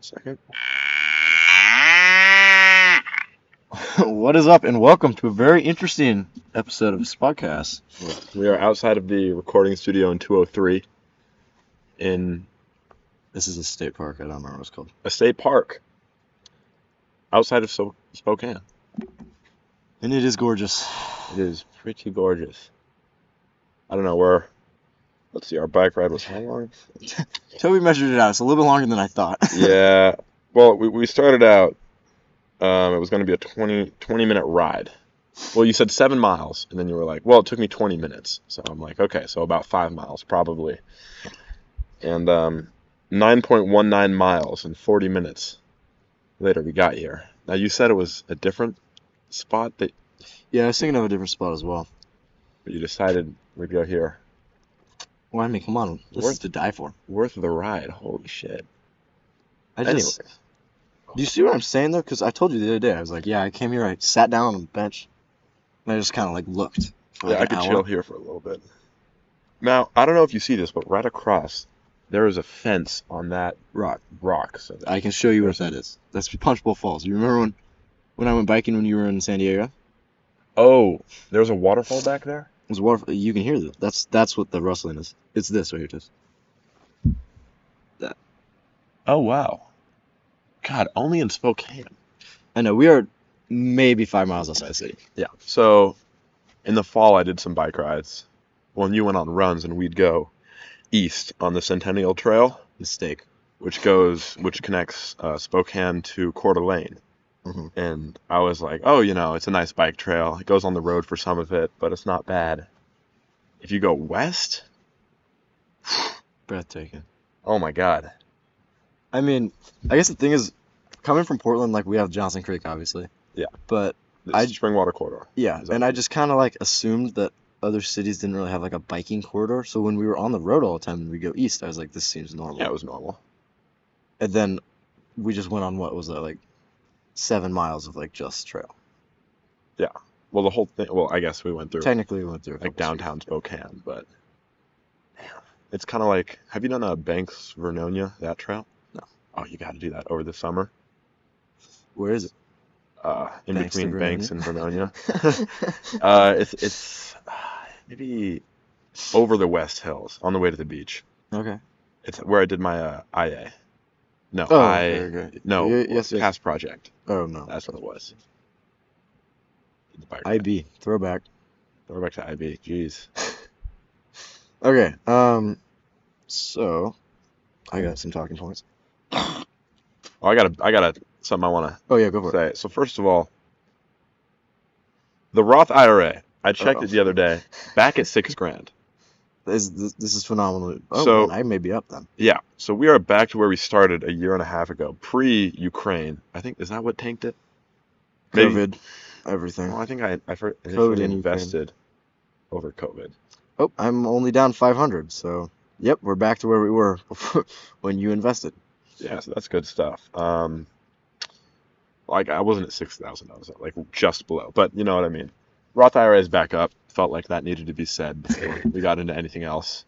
Second. what is up, and welcome to a very interesting episode of this podcast. We are outside of the recording studio in 203 in This is a state park. I don't remember what it's called. a state park outside of so- Spokane. And it is gorgeous. It is pretty gorgeous. I don't know where. Let's see, our bike ride was how long? Toby measured it out. It's a little bit longer than I thought. yeah. Well, we, we started out, um, it was going to be a 20, 20 minute ride. Well, you said seven miles, and then you were like, well, it took me 20 minutes. So I'm like, okay, so about five miles probably. And um, 9.19 miles in 40 minutes later, we got here. Now, you said it was a different spot that yeah, I was thinking of a different spot as well. but you decided we'd go here. Well, I mean, come on. This Worth- is to die for. Worth the ride. Holy shit. I Anyway, just. Do you see what I'm saying though? Because I told you the other day, I was like, yeah, I came here, I sat down on a bench, and I just kind of like looked. For yeah, I like could an chill hour. here for a little bit. Now, I don't know if you see this, but right across there is a fence on that Rock. rock. So that, I can show you where that is. That's Punch Bowl Falls. You remember when, when I went biking when you were in San Diego? It oh, there's a waterfall back there. was water. You can hear the That's that's what the rustling is. It's this right here, Tess. Oh wow, God, only in Spokane. I know we are maybe five miles outside the city. Yeah. So, in the fall, I did some bike rides. When you went on runs, and we'd go east on the Centennial Trail, Mistake. which goes, which connects uh, Spokane to Coeur d'Alene. Mhm. and I was like, oh, you know, it's a nice bike trail. It goes on the road for some of it, but it's not bad. If you go west, Breathtaking. oh my god, I mean, I guess the thing is, coming from Portland, like we have Johnson Creek, obviously. Yeah. But it's I- the Springwater Corridor. yeah, Exactly. and I just kind of like assumed that other cities didn't really have like a biking corridor. So when we were on the road all the time and we go east, I was like, this seems normal. Yeah, it was normal. And then we just went on what was that like seven miles of like just trail. Well, the whole thing. Well, I guess we went through Technically, we went through a like couple streets. downtown Spokane, but Damn. it's kind of like. Have you done a Banks Vernonia that trail? No. Oh, you got to do that over the summer. Where is it? Uh, in Banks to between Banks and Vernonia. I uh, it's it's uh, maybe over the West Hills on the way to the beach. Uh, Okay. It's where I did my uh, IA. No, Oh, I okay, okay. no Y- yes, yes. past project. Oh no. That's what it was. The bike ride. IB throwback. We're back to IB. Jeez. Okay. Um. So, I got some talking points. Oh, I got a, I got a something I want Oh yeah, go to for it. say. So first of all, the Roth IRA. I checked it the other day. Back at six grand. This this, this is phenomenal. Oh, So- man, I may be up then. Yeah. So we are back to where we started a year and a half ago, pre-Ukraine. I think is that what tanked it? Maybe. COVID, everything. Well, I think I I fir- COVID initially in Ukraine. invested over COVID. Oh, I'm only down 500. So, yep, we're back to where we were before, when you invested. Yeah, so that's good stuff. Um, like I wasn't at six thousand, I was at like just below, but you know what I mean. Roth IRA is back up. Felt like that needed to be said before we got into anything else.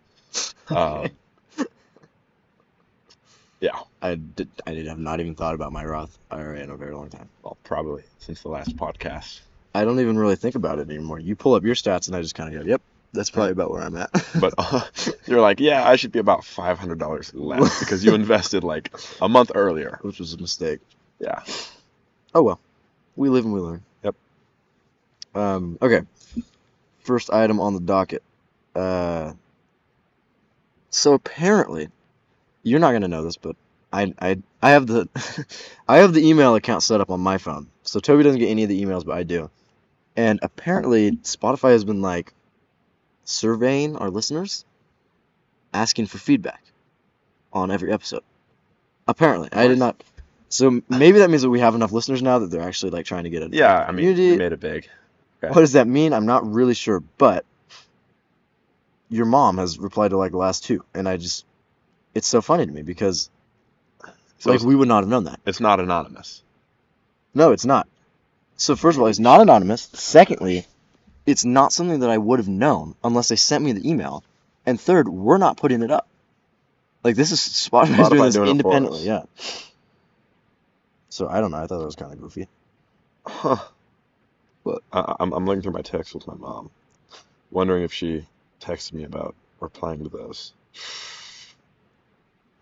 Um, yeah, I did. I did have not even thought about my Roth IRA in a very long time. well, probably since the last podcast. I don't even really think about it anymore. You pull up your stats, and I just kind of go, "Yep, that's probably about where I'm at." But uh, you're like, yeah, I should be about five hundred dollars less because you invested like a month earlier. which was a mistake. Yeah, Oh well, we live and we learn. Yep. Um. Okay. First item on the docket. Uh. So apparently, you're not gonna know this, but I I I have the I have the email account set up on my phone. So Toby doesn't get any of the emails, but I do. And apparently, Spotify has been like surveying our listeners, asking for feedback on every episode. Apparently, I did not. So maybe that means that we have enough listeners now that they're actually like trying to get it. yeah. I mean, we Community- made it big. Okay. What does that mean? I'm not really sure, but your mom has replied to like the last two, and I just it's so funny to me because So like it's, we would not have known that. it's not anonymous. No, it's not. So first of all, it's not anonymous. Secondly, it's not something that I would have known unless they sent me the email. And third, we're not putting it up. Like this is Spotify's doing this Spotify doing it for us. independently. Yeah. So I don't know. I thought that was kind of goofy. Huh. What? I, I'm, I'm looking through my texts with my mom, wondering if she texted me about replying to those.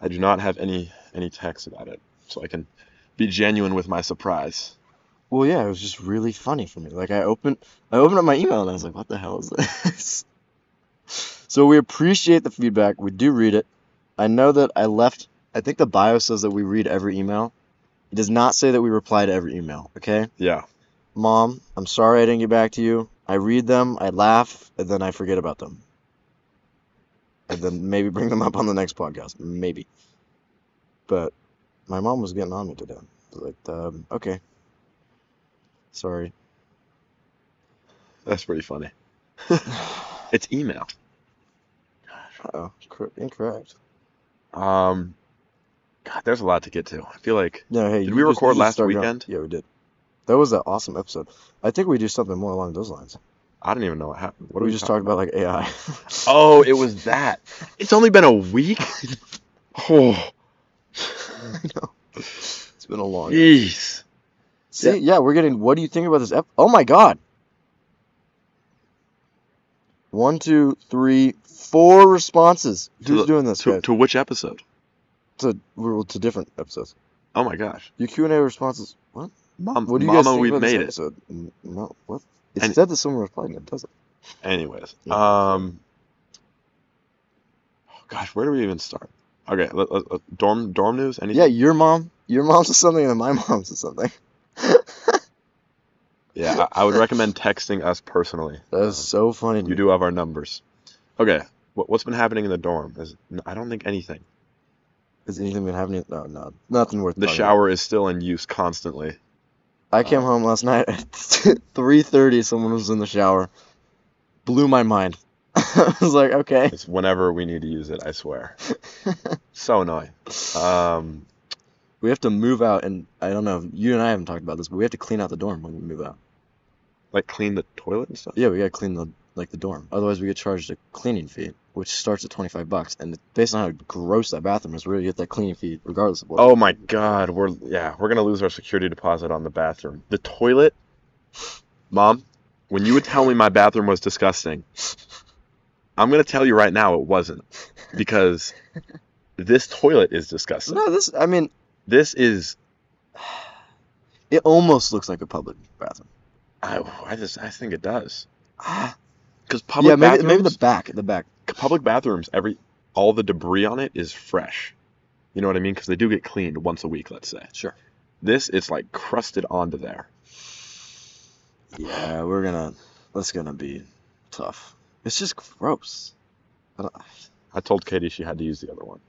I do not have any any texts about it, so I can be genuine with my surprise. Well, yeah, it was just really funny for me. Like I opened, I opened up my email and I was like, "What the hell is this?" So we appreciate the feedback. We do read it. I know that I left. I think the bio says that we read every email. It does not say that we reply to every email. Okay, Yeah, Mom, I'm sorry I didn't get back to you. I read them, I laugh, and then I forget about them. And then maybe bring them up on the next podcast. Maybe. But my mom was getting on me today. I was Like, um, okay. Sorry. that's pretty funny. It's email. Oh, cor- incorrect. Um, God, there's a lot to get to. I feel like No, hey, Did you we just- you record just last start going. weekend? Yeah, we did. That was an awesome episode. I think we do something more along those lines. I don't even know what happened. What are we we just talking? talked about like AI. Oh, it was that. It's only been a week. Oh, I know. It's been a long. jeez. See, yeah, we're getting. What do you think about this? Ep- oh my God. One, two, three, four responses. To Who's the- doing this, To, guys? to which episode? To, we're to different episodes. Oh my gosh. Your Q and A responses. What? Mom, What do you Um, Mama, guys think we've about this made it. episode? N- No. What? It And- said that someone replied, and it doesn't. Anyways, Yeah. um, oh gosh, where do we even start? Okay, let, let, let- dorm dorm news. Anything? Yeah, your mom. Your mom says something, and then my mom says something. Yeah, I, I would recommend texting us personally. That is so funny. to Uh, You me. do have our numbers. Okay, what, what's been happening in the dorm? Is I don't think anything. Is anything been happening? No, no, nothing worth. The talking about. shower is still in use constantly. I came Uh, home last night at 3:30. Someone was in the shower. Blew my mind. I was like, okay. It's whenever we need to use it. I swear. So annoying. Um, we have to move out, and I don't know. You and I haven't talked about this, but we have to clean out the dorm when we move out. like clean the toilet and stuff. Yeah, we gotta clean the like the dorm. Otherwise, we get charged a cleaning fee, which starts at 25 bucks. And based on how gross that bathroom is, we're gonna get that cleaning fee regardless of what. Oh my God, we're yeah, we're gonna lose our security deposit on the bathroom. The toilet, Mom, when you would tell me my bathroom was disgusting, I'm gonna tell you right now it wasn't because this toilet is disgusting. No, this. I mean, This is it almost looks like a public bathroom. I, I just I think it does Ah, because yeah, public maybe bathrooms, maybe the back, the back. public bathrooms, every all the debris on it is fresh. You know what I mean? Because they do get cleaned once a week, let's say. Sure. This it's like crusted onto there. Yeah, we're gonna. That's gonna be tough. It's just gross. uh, I, don't- I told Katie she had to use the other one.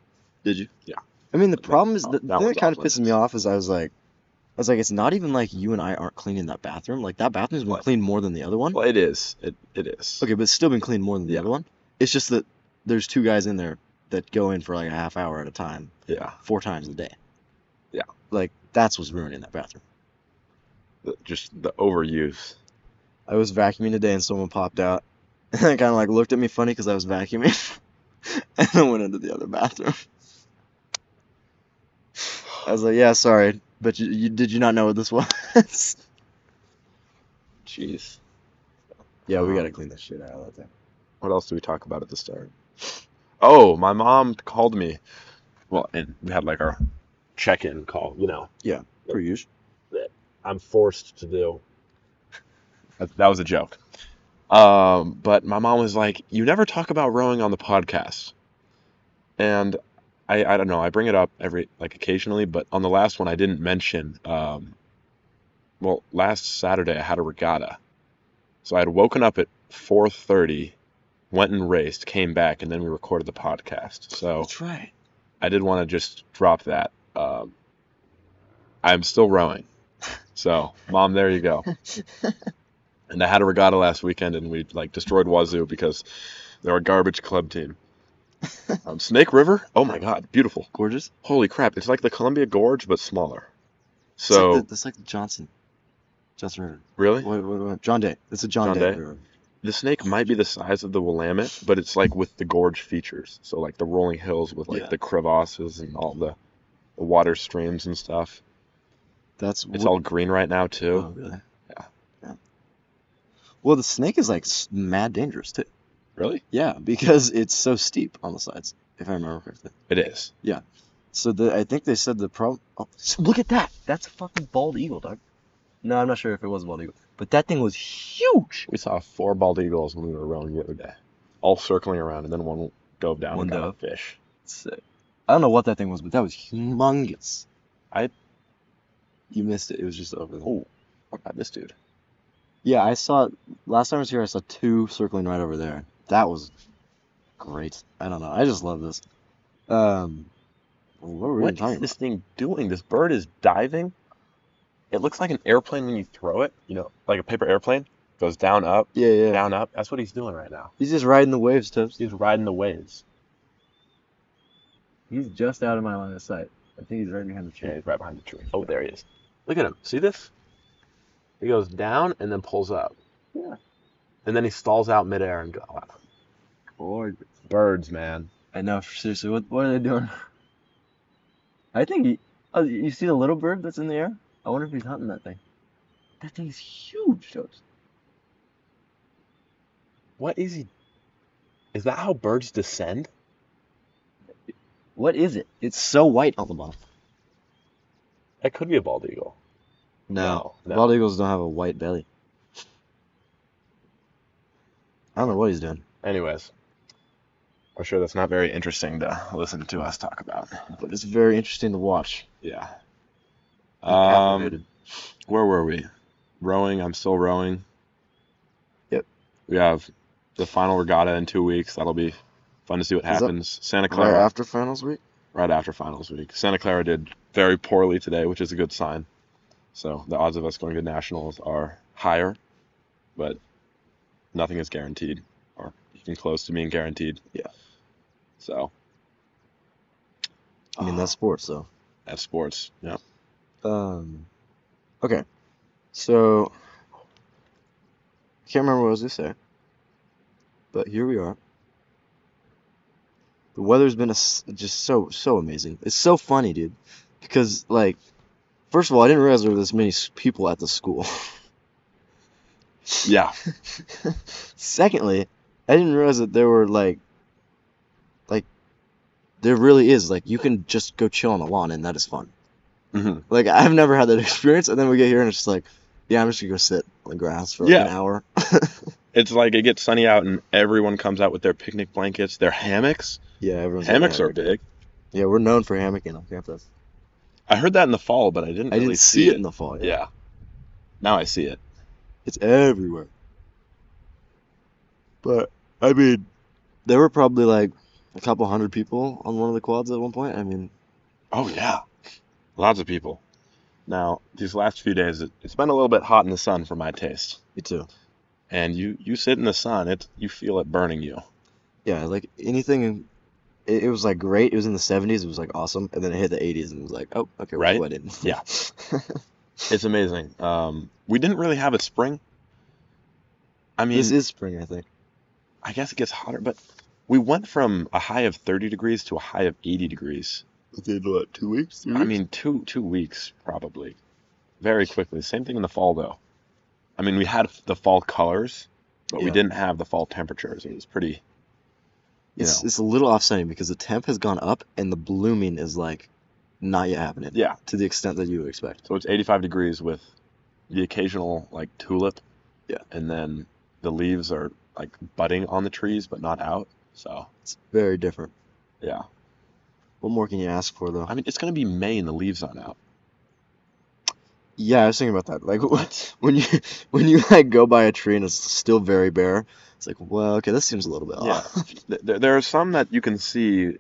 Did you? Yeah. I mean, the That- problem is oh, the that thing one's that kind of off-limits. pisses me off is I was like, I was like, it's not even like you and I aren't cleaning that bathroom. Like that bathroom's been What? cleaned more than the other one. Well, it is. It it is. Okay, but it's still been cleaned more than the Yeah. other one. It's just that there's two guys in there that go in for like a half hour at a time, Yeah. four times a day. Yeah. Like that's what's ruining that bathroom. The- just the overuse. I was vacuuming today and someone popped out and kind of like looked at me funny because I was vacuuming and then went into the other bathroom. I was like, yeah, sorry, but you, you did you not know what this was? Jeez. yeah, we Um, gotta clean this shit out of that thing. What else do we talk about at the start? Oh, my mom called me. Well, and we had like our check-in call. You know, Per usual. I'm forced to do. That, that was a joke. Um, but my mom was like, "You never talk about rowing on the podcast," and I I don't know. I bring it up every like occasionally, but on the last one I didn't mention. Um, well, last Saturday I had a regatta, so I had woken up at 4:30, went and raced, came back, and then we recorded the podcast. So That's right. I did want to just drop that. Um, I'm still rowing, so mom, there you go. And I had a regatta last weekend, and we like destroyed Wazoo because they're a garbage club team. Um, Snake River, oh my God, beautiful! Gorgeous. Holy crap, it's like the Columbia Gorge but smaller. It's like So the- that's like the Johnson. Johnson River. really, What, what, what- John Day. It's a John, John Day. Day? River. the snake might be the size of the Willamette, but it's like with the gorge features. So like the rolling hills with like Yeah. the crevasses and all the, the water streams and stuff. That's It's wh- all green right now Oh, too. really? Yeah. Yeah. Well, the snake is like s- mad dangerous too. Really? Yeah, because it's so steep on the sides, if I remember correctly. It is. So the I think they said the problem. Oh, s- look at that! That's a fucking bald eagle, dog. No, I'm not sure if it was a bald eagle, but that thing was huge. We saw four bald eagles when we were rowing the other day, all circling around, and then one dove down One and got dove. a fish. Sick. I don't know what that thing was, but that was humongous. I- You missed it. It was just over there. Oh, what about this dude? Yeah, I saw last time I was here, I saw two circling right over there. That was great. I don't know. I just love this. Um, what were we What even talking is this thing doing? This bird is diving. It looks like an airplane when you throw it. You know, like a paper airplane goes down, up, about? Yeah, yeah. down, up. That's what he's doing right now. He's just riding the waves, Tips. He's riding the waves. He's just out of my line of sight. I think he's right behind the Yeah, he's right behind the tree. Oh, there he is. Look at him. See this? He goes down and then pulls up. Yeah. And then he stalls out midair and goes. Gorgeous. Birds, man. I know. Seriously, what what are they doing? I think he. Oh, you see the little bird that's in the air? I wonder if he's hunting that thing. That thing is huge, Tips. What is he? Is that how birds descend? What is it? It's so white on the bottom. That could be a bald eagle. No. Bald eagles don't have a white belly. I don't know what he's doing. Anyways, e- I'm sure that's not very interesting to listen to us talk about. But it's very interesting to watch. Yeah. I'm Um, captivated. where were we? Rowing. I'm still rowing. Yep. We have the final regatta in two weeks. That'll be fun to see what Is that happens. Santa Right Clara, after finals week? right after finals week. Santa Clara did very poorly today, which is a good sign. So the odds of us going to nationals are higher, but nothing is guaranteed, or you can close to being guaranteed. Yeah. So. I mean, that's sports, though. That's sports. Yeah. Um, okay. So, can't remember what I was going to say. But here we are. The weather's been a s just so, so amazing. It's so funny, dude. Because, like, first of all, I didn't realize there were this many s- people at the school. Yeah. Secondly, I didn't realize that there were like, like, there really is like you can just go chill on the lawn and that is fun. Mhm. Like I've never had that experience, and then we get here and it's just like, yeah, I'm just gonna go sit on the grass for like, Yeah. an hour. It's like it gets sunny out and everyone comes out with their picnic blankets, their hammocks. Yeah, everyone's got Hammocks are hammock. big. Yeah, we're known for hammocking on campus. I heard that in the fall, but I didn't I really didn't see, in it. the fall. Yeah. Now I see it. It's everywhere. But I mean, there were probably like a couple hundred people on one of the quads at one point. I mean, Oh yeah. Lots of people. Now, these last few days it, it's been a little bit hot in the sun for my taste. me too. And you you sit in the sun, it you feel it burning you. Yeah, like anything in, it, it was like great. It was in the 70s. It was like awesome. And then it hit the 80s and it was like, oh, okay, we're Right? sweating. Yeah. It's amazing. Um, we didn't really have a spring. I mean, This is spring, I think. I guess it gets hotter, but we went from a high of 30 degrees to a high of 80 degrees. Within what, two weeks? I mean, two two weeks probably, very quickly. Same thing in the fall though. I mean, we had the fall colors, but we Yeah. didn't have the fall temperatures. It was pretty. You it's, know. it's a little offsetting because the temp has gone up and the blooming is like not yet happening Yeah. to the extent that you would expect. So it's 85 degrees with the occasional like tulip. Yeah. And then the leaves are like budding on the trees, but not out. So It's very different. yeah. What more can you ask for, though? I mean, it's gonna be May and the leaves aren't out. Yeah, I was thinking about that. Like, what when you when you like go by a tree and it's still very bare, it's like, well, okay, this seems a little bit Yeah. off. Th- There, there are some that you can see,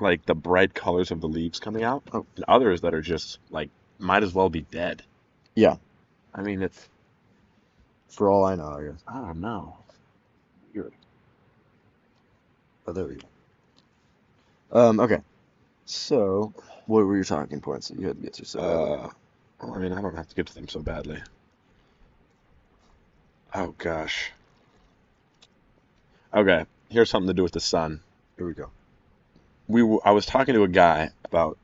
like the bright colors of the leaves coming out, Oh. and others that are just like might as well be dead. Yeah. I mean, it's For all I know, I guess. I don't know. Weird. Oh, there we go. Um, okay. So, what were your talking points that you had to get through? So, Uh, I mean, I don't have to get to them so badly. Oh gosh. Okay, here's something to do with the sun. here we go. we w- I was talking to a guy about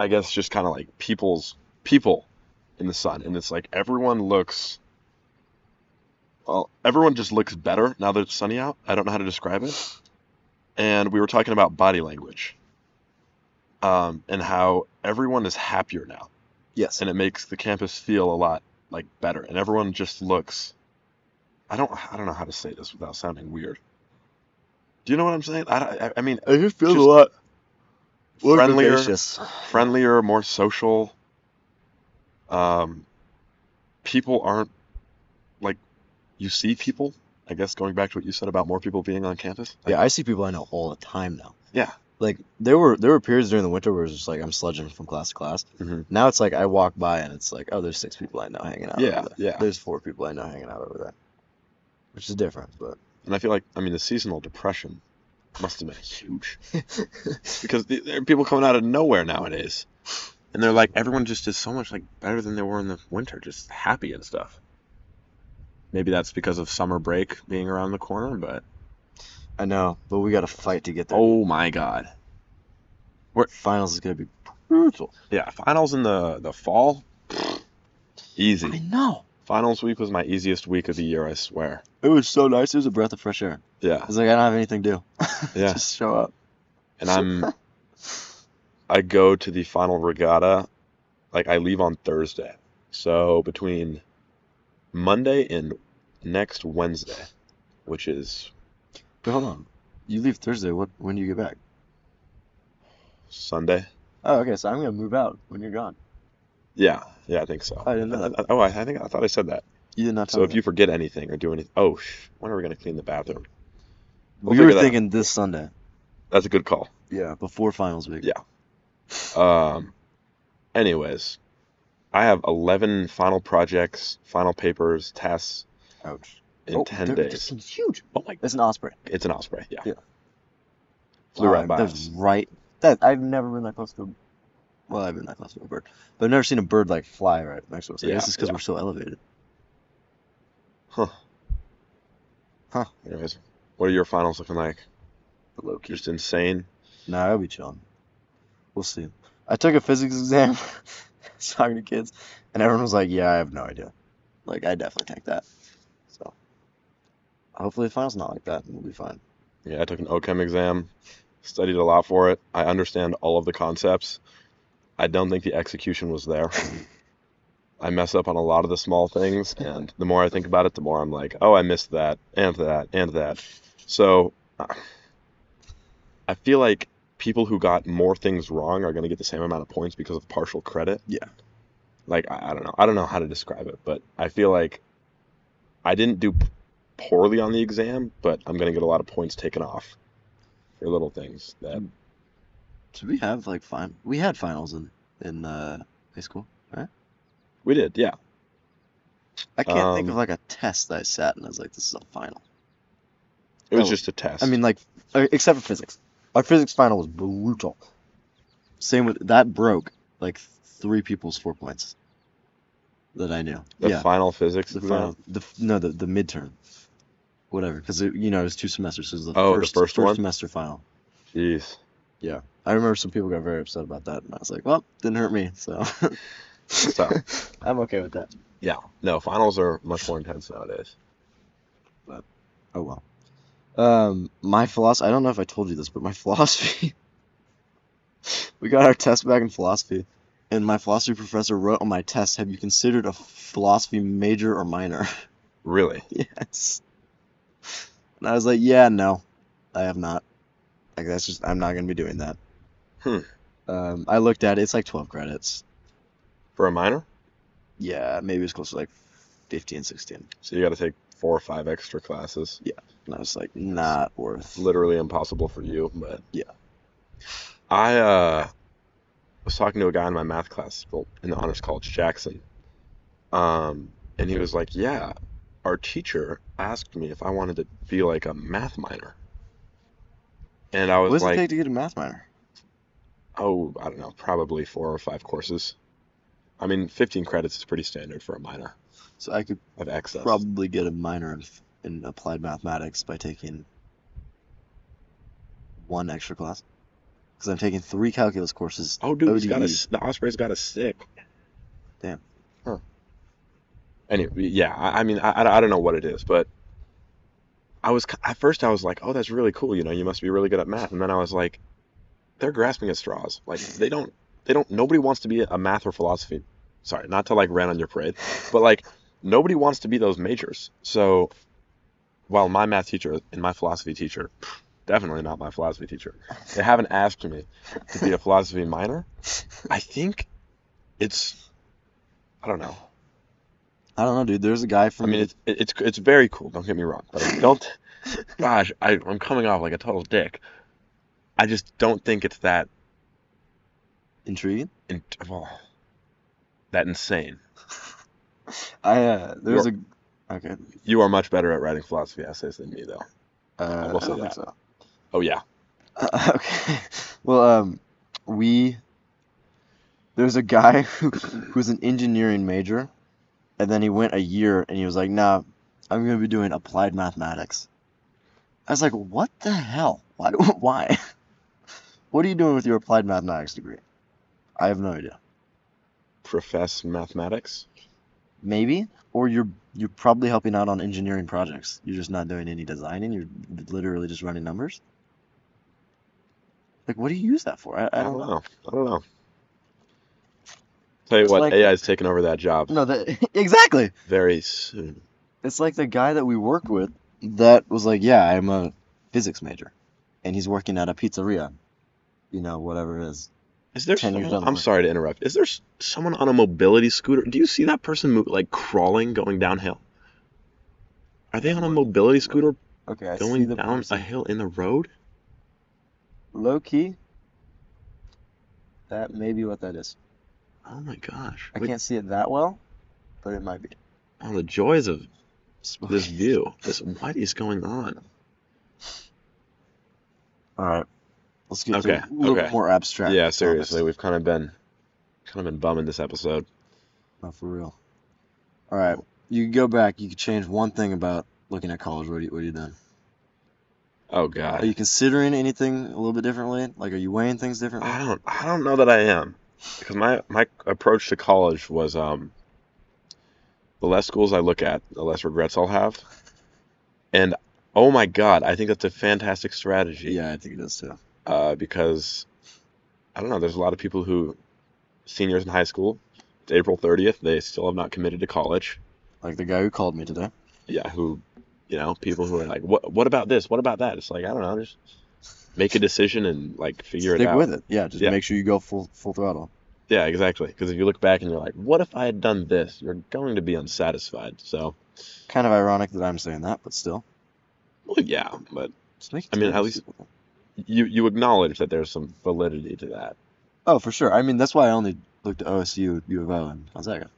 I guess just kind of like people's people in the sun, and it's like everyone looks. Well, everyone just looks better now that it's sunny out. I don't know how to describe it. And we were talking about body language, um, and how everyone is happier now, Yes. and it makes the campus feel a lot like better, and everyone just looks. I don't. I don't know how to say this without sounding weird. Do you know what I'm saying? I, don't- I, I mean, I just feel Just a lot more friendlier, vivacious. friendlier, more social. Um, people aren't like you see people. I guess going back to what you said about more people being on campus. Like, Yeah, I see people I know all the time now. Yeah. Like there were there were periods during the winter where it was just like I'm sludging from class to class. Mhm. Now it's like I walk by and it's like, oh, there's six people I know hanging out Yeah, over there. yeah. There's four people I know hanging out over there. Which is different, but And I feel like I mean the seasonal depression must have been huge because the, there are people coming out of nowhere nowadays, and they're like everyone just is so much like better than they were in the winter, just happy and stuff. Maybe that's because of summer break being around the corner, but I know, but we gotta fight to get there. oh my god. Finals is gonna be brutal. Yeah, finals in the the fall. I Easy. know. Finals week was my easiest week of the year, I swear. It was so nice. It was a breath of fresh air. Yeah. It's like I don't have anything to do. Yeah. Just show up. And I'm I go to the final regatta like I leave on Thursday. So between Monday and next Wednesday, which is But hold on. You leave Thursday. What? When do you get back? Sunday. Oh, okay. So I'm gonna move out when you're gone. Yeah. Yeah, I think so. I didn't know that. oh, I, I think I thought I said that. You did not tell So me if that. you forget anything or do anything, oh, sh- when are we going to clean the bathroom? we'll we figure were that out. thinking this Sunday. That's a good call. Yeah. Before finals week. Yeah. Um, anyways, I have 11 final projects, final papers, tests Ouch. in 10 Oh, there- This days. thing's huge. Oh my, It's an osprey. it's an osprey, yeah. Yeah. Uh, Flew right by that's us. right. That I've never been that close to. A, well, I've been that close to a bird, but I've never seen a bird like fly right next to us. I Yeah, guess it's because yeah. we're so elevated. Huh. Huh. Anyways, what are your finals looking like? Low key. Just insane. Nah, I'll be chilling. We'll see. I took a physics exam, talking to kids, and everyone was like, "Yeah, I have no idea." Like, I definitely take that. So, hopefully, the finals not like that, and we'll be fine. Yeah, I took an OCHEM exam, studied a lot for it. I understand all of the concepts. I don't think the execution was there. I mess up on a lot of the small things, and the more I think about it, the more I'm like, oh, I missed that, and that, and that. So uh, I feel like people who got more things wrong are going to get the same amount of points because of partial credit. Yeah. Like, I, I don't know. I don't know how to describe it, but I feel like I didn't do p- poorly on the exam, but I'm going to get a lot of points taken off for little things that Hmm. So we have like fine. We had finals in in uh, high school, right? we did. Yeah. I can't think of Um, like a test that I sat and I was like, "This is a final." It was Oh, just a test. I mean, like, uh, except for physics. Our physics final was brutal. Same with that broke like three people's four points that I knew. the yeah, final physics the exam. final, the f- no, the the midterm, whatever, because you know it was two semesters. So it was the Oh, the first first one? semester final. Jeez. I remember some people got very upset about that, and I was like, "Well, didn't hurt me, so So I'm okay with that." yeah, no, finals are much more intense nowadays. Oh well. Um, my philosophy, I don't know if I told you this, but my philosophy, we got our test back in philosophy, and my philosophy professor wrote on my test, have you considered a philosophy major or minor? Really? Yes. And I was like, yeah, no, I have not. Like, that's just, I'm not gonna be doing that. Hmm. Um, I looked at it, it's like 12 credits. For a minor? Yeah, maybe it's close to like 15, 16. So you got to take four or five extra classes. And I was like, not worth. Literally impossible for you, but Yeah. I uh was talking to a guy in my math class, well, in the honors college, Jackson. Um, and he was like, "Yeah, our teacher asked me if I wanted to be like a math minor." And I What was does it like, take to get a math minor? Oh, I don't know, probably four or five courses. I mean, 15 credits is pretty standard for a minor So I could of excess. probably get a minor in, in applied mathematics by taking one extra class because I'm taking three calculus courses. Oh, dude, he's got a, ODE. s- the Osprey's got a sick. Damn. Huh. Anyway, yeah, I, I mean, I, I I don't know what it is, but I was ki- at first I was like, oh, that's really cool. You know, you must be really good at math. And then I was like, they're grasping at straws. Like they don't, they don't. Nobody wants to be a math or philosophy. Sorry, not to like rant on your parade, but like nobody wants to be those majors. So while my math teacher and my philosophy teacher, definitely not my philosophy teacher, they haven't asked me to be a philosophy minor. I think it's, I don't know. I don't know, dude. There's a guy I from mean, it's it- it's it's very cool. Don't get me wrong, but I don't. gosh, I, I'm coming off like a total dick. I just don't think it's that intriguing. in, well, that insane. I uh, there's a okay. You are much better at writing philosophy essays than me, though. Uh, I will I say don't think that. so. Oh yeah, Uh, okay. Well, um, we there's a guy who who's an engineering major, and then he went a year and he was like, "Nah, I'm gonna be doing applied mathematics." I was like, "What the hell? Why? do- Why? What are you doing with your applied mathematics degree?" I have no idea. profess mathematics. Maybe, or you're you're probably helping out on engineering projects. You're just not doing any designing. You're literally just running numbers. Like, what do you use that for? I, I don't know. I don't know. Tell you It's what, like- AI is taking over that job No, that exactly. very soon. It's like the guy that we worked with that was like, "Yeah, I'm a physics major," and he's working at a pizzeria, you know, whatever it is. Is there Ten years someone, down the I'm road. sorry to interrupt. Is there s- someone on a mobility scooter? Do you see that person move, like crawling, going downhill? Are they on a mobility scooter Okay, I see going the down a person. hill in the road? Low key, that may be what that is. Oh my gosh. I Wait, can't see it that well, but it might be. oh, the joys of this view. This, what is going on? All right, let's get Okay, to a little okay. more abstract. Yeah, topics. seriously, we've kind of been kind of been bumming this episode. No, for real. All right, you could go back. You could change one thing about looking at college. What are you, what are you done? Oh Are you God, considering anything a little bit differently? Like, are you weighing things differently? I don't I don't know that I am because my my approach to college was um the less schools I look at, the less regrets I'll have, and oh my God, I think that's a fantastic strategy. Yeah, I think it is too. uh, because I don't know. There's a lot of people who seniors in high school. It's April 30th. They still have not committed to college. Like the guy who called me today. Yeah, who, you know, people who are like, what? What about this? What about that? It's like I don't know. Just make a decision and like figure Stick it out. with it. Yeah, just Yeah. make sure you go full full throttle. Yeah, exactly. Because if you look back and you're like, what if I had done this? You're going to be unsatisfied. So, Kind of ironic that I'm saying that, but still. well, yeah, but Just make I mean, time at to least- see people. you you acknowledge that there's some validity to that. Oh, for sure. I mean, that's why I only looked at OSU, U of O, and Gonzaga.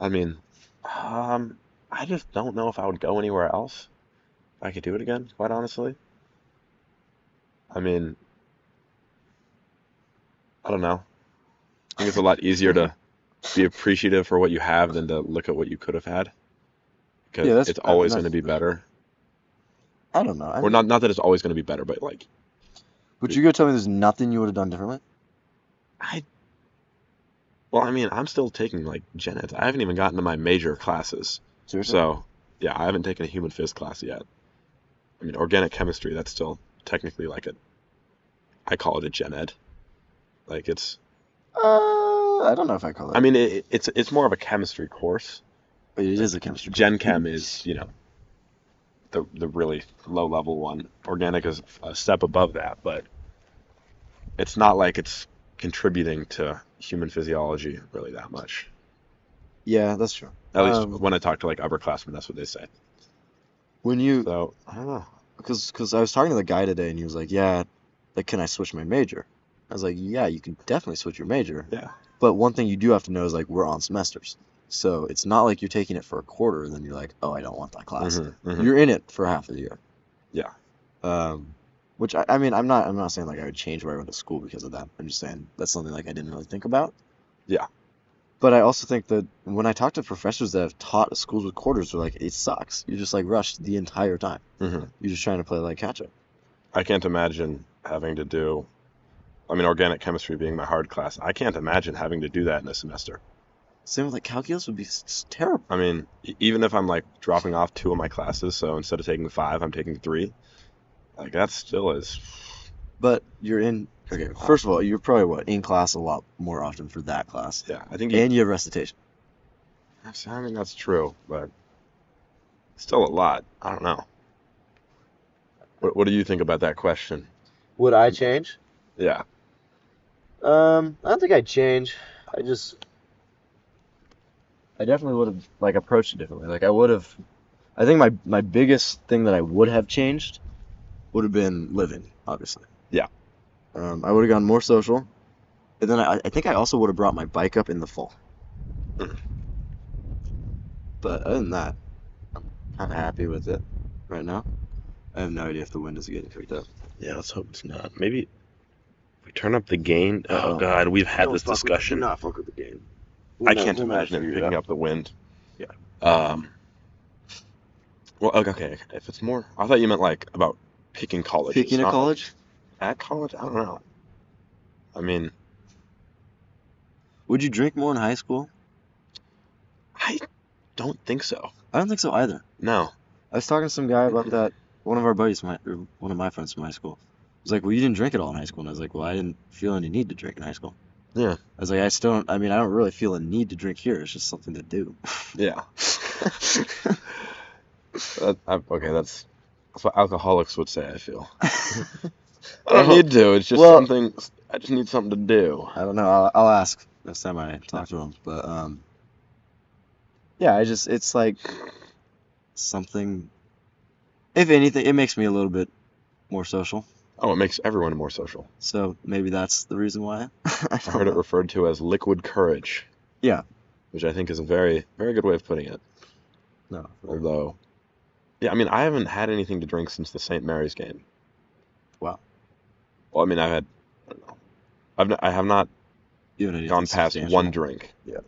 I mean, um, I just don't know if I would go anywhere else. If I could do it again, quite honestly. I mean, I don't know. I think it's a lot easier to be appreciative for what you have than to look at what you could have had. Because Yeah, that's- it's always I mean, going to be better. I don't know. I Or mean, not, not that it's always going to be better, but like, would you go tell me there's nothing you would have done differently? I, well, I mean, I'm still taking like gen eds. I haven't even gotten to my major classes. Seriously? So, yeah, I haven't taken a human phys class yet. I mean, organic chemistry, that's still technically like a, I call it a gen ed. Like it's, Uh, I don't know if I call it. I mean, it, it's it's more of a chemistry course. but it is a chemistry. Gen chem is, you know, the the really low level one. Organic is a step above that, but it's not like it's contributing to human physiology really that much. Yeah, that's true. At least Um, when I talk to like upperclassmen, that's what they say. When you, So, I don't know. because because I was talking to the guy today, and he was like, "Yeah, like, can I switch my major?" I was like, "Yeah, you can definitely switch your major." Yeah. But one thing you do have to know is like we're on semesters. So it's not like you're taking it for a quarter and then you're like, oh, I don't want that class. Mhm, mhm. You're in it for half of the year. Yeah. Um, which I, I mean, I'm not I'm not saying like I would change where I went to school because of that. I'm just saying that's something like I didn't really think about. Yeah. But I also think that when I talk to professors that have taught at schools with quarters, they're like, it sucks. You're just like rushed the entire time. Mhm. You're just trying to play like catch up. I can't imagine having to do, I mean, organic chemistry being my hard class. I can't imagine having to do that in a semester. Same with like calculus would be s- s- terrible. I mean, e- even if I'm like dropping off two of my classes, so instead of taking five, I'm taking three. Like that still is. But you're in. Okay, first of all, you're probably what in class a lot more often for that class, Yeah, I think. You, and you have recitation. I mean that's true, but still a lot. I don't know. What What do you think about that question? Would I change? Yeah. Um, I don't think I'd change. I just I definitely would have like approached it differently. Like I would have. I think my my biggest thing that I would have changed would have been living, obviously. Yeah. Um, I would have gone more social, and then I, I think I also would have brought my bike up in the fall. But other than that, I'm kind of happy with it right now. I have no idea if the wind is getting picked up. Yeah. Let's hope it's not. Maybe we turn up the gain. Oh, God, we've had not fuck with the game. I can't imagine it picking up the wind. Yeah. Um. Well, okay, okay. If it's more, I thought you meant like about picking college. Picking a college? at college. I don't know. I mean, Would you drink more in high school? I don't think so. I don't think so either. No. I was talking to some guy about that. One of our buddies, from my or one of my friends from high school, was like, "Well, you didn't drink at all in high school." And I was like, "Well, I didn't feel any need to drink in high school." Yeah. I was like, "I still don't. I mean, I don't really feel a need to drink here. It's just something to do." Yeah. That- I- okay, that's that's what alcoholics would say. I feel. I don't Well, need to. It's just Uh-huh. well- something. I just need something to do. I don't know. I'll, I'll ask next time I talk to him. But um, yeah, I just it's like something. If anything, it makes me a little bit more social. Oh, it makes everyone more social. So maybe that's the reason why. I I don't heard it know. referred to as liquid courage. Yeah. Which I think is a very, very good way of putting it. No. Although, yeah, I mean, I haven't had anything to drink since the St. Mary's game. Wow. Well, I mean, I've had, I don't know, I've not, I have not You haven't gone anything past substantial. one drink. Yeah.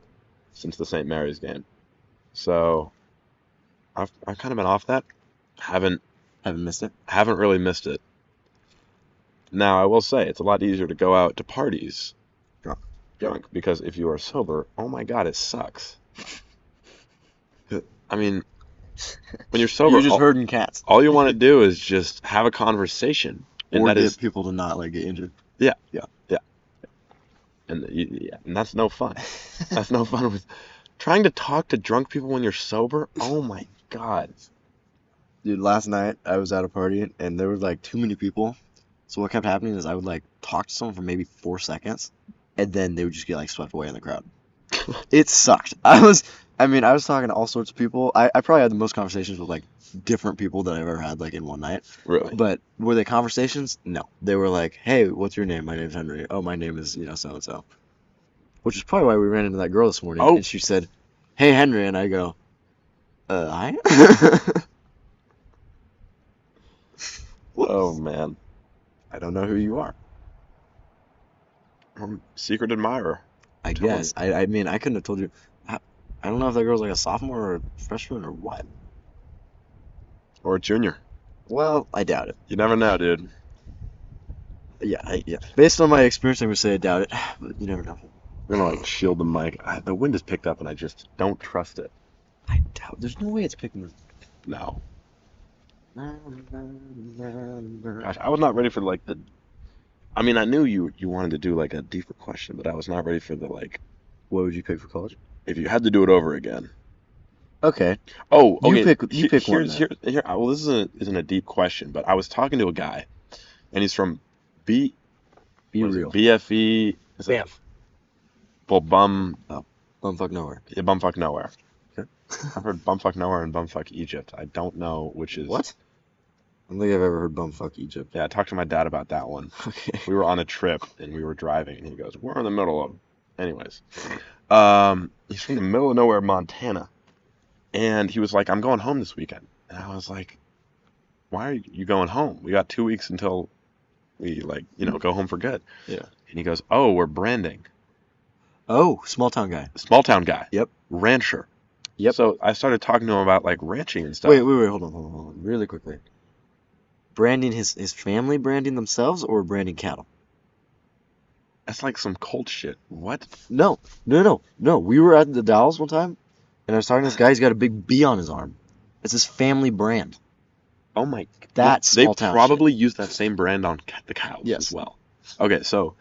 Since the St. Mary's game. So, I've I've kind of been off that. Haven't Haven't missed it. haven't really missed it. Now, I will say it's a lot easier to go out to parties Drunk. drunk because if you are sober, oh my God, it sucks. I mean, when you're sober, You're just all, herding cats. all you want to do is just have a conversation, and or that get is, people to not like get injured. and, you- yeah, and that's no fun. That's no fun with trying to talk to drunk people when you're sober. Oh my God. Dude, last night I was at a party and there were like too many people. So what kept happening is I would like talk to someone for maybe four seconds, and then they would just get like swept away in the crowd. It sucked. I was, I mean, I was talking to all sorts of people. I, I probably had the most conversations with like different people that I've ever had like in one night. Really? But were they conversations? No. They were like, hey, what's your name? My name's Henry. Oh, my name is, you know, so and so. Which is probably why we ran into that girl this morning. Oh. And she said, hey, Henry. And I go, uh, I? Oh man. Um, I don't know who you are. I'm a secret admirer. I Totally. guess. I, I mean, I couldn't have told you. I, I don't know if that girl's like a sophomore or a freshman or what. Or a junior. Well, I doubt it. You never know, dude. Yeah, I, yeah. Based on my experience, I would say I doubt it. But you never know. I'm gonna like shield the mic. I, the wind is picked up, and I just don't trust it. I doubt. There's no way it's picking. No, Gosh, gosh, I was not ready for like the. I mean, I knew you you wanted to do like a deeper question, but I was not ready for the like What would you pick for college? if you had to do it over again. Okay. Oh, You okay. pick- you he- pick one here's, Here, here, well, this isn't isn't a deep question, but I was talking to a guy, and he's from B. Be what is it, real. BFE. Is it- Well, bum Bumfuck nowhere. yeah, bumfuck nowhere. Okay. I've heard bumfuck nowhere and bumfuck Egypt. I don't know which is I don't think I've ever heard bumfuck Egypt. Yeah, I talked to my dad about that one. Okay. we were on a trip and we were driving and he goes we're in the middle of anyways um he's from the middle of nowhere montana and he was like i'm going home this weekend and i was like why are you going home we got two weeks until we like you know go home for good Yeah. and he goes oh we're branding Oh, small town guy. small town guy Yep. rancher Yep. so i started talking to him about like ranching and stuff Wait, wait, wait. Hold on, hold on, hold on. Really quickly. Branding his his family, branding themselves, or branding cattle? That's like some cult shit. What? No, no, no, no. We were at the Dallas one time, and I was talking to this guy. He's got a big B on his arm. It's his family brand. Oh my. That's they small town probably use that same brand on ca- the cows Yes. as well. Okay, so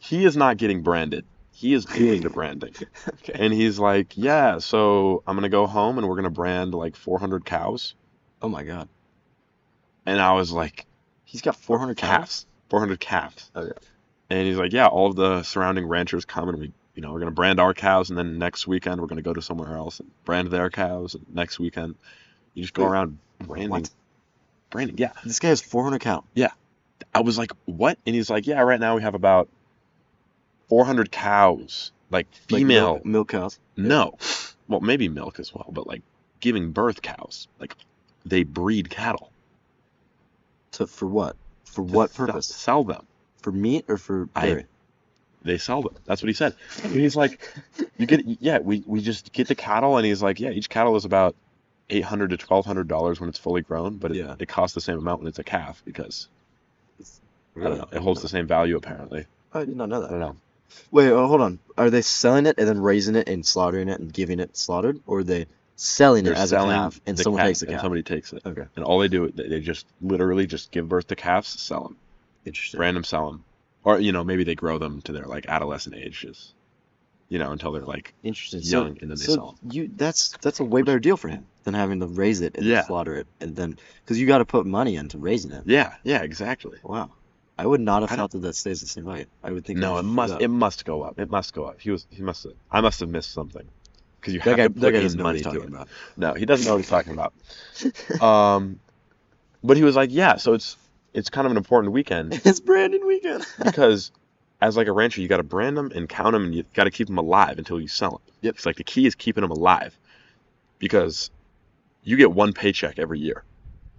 he is not getting branded. He is doing the branding, Okay. and he's like, "Yeah, so I'm gonna go home and we're gonna brand like 400 cows." Oh my God. And I was like, He's got 400 calves. calves, 400 calves. Okay. And he's like, yeah, all of the surrounding ranchers come and we, you know, we're gonna brand our cows, and then next weekend we're gonna go to somewhere else and brand their cows, and next weekend you just go Wait, around branding, what? branding. Yeah, This guy has 400 cow. I was like, what? And he's like, yeah, right now we have about 400 cows, like like female. milk, milk cows. No, well, maybe milk as well, but like giving birth cows, like they breed cattle. To for what? For to what sell- purpose? Sell them. For meat or for I- dairy? they sell them. That's what he said. And he's like, you get, yeah, we, we just get the cattle, and he's like, yeah, each cattle is about eight hundred to twelve hundred dollars when it's fully grown, but it, Yeah. it costs the same amount when it's a calf because I don't Really? know, it holds the same value apparently. I did not know I that. don't know. Wait, oh, hold on. Are they selling it and then raising it and slaughtering it and giving it slaughtered, or are they selling it as a calf and the someone calf takes the and calf? somebody takes it, Okay, and all they do, they, they just literally just give birth to calves, sell them, interesting. random sell them, or you know maybe they grow them to their like adolescent ages, you know, until they're like Interesting. so, young, and then they so sell 'em. you that's that's a way better deal for him than having to raise it and then Yeah. slaughter it and then because you got to put money into raising it. yeah, yeah, exactly. Wow, I would not have I don't- thought that that stays the same way. I would think No, that it must up. it must go up. It must go up. He was he must have I must have missed something because you that have guy to that put guy in doesn't know what money he's to talking it. about. No, he doesn't know what he's talking about. Um, but he was like, yeah. So it's it's kind of an important weekend it's Brandon weekend. because as like a rancher, you got to brand them and count them, and you got to keep them alive until you sell them. Yep. It's like the key is keeping them alive because you get one paycheck every year,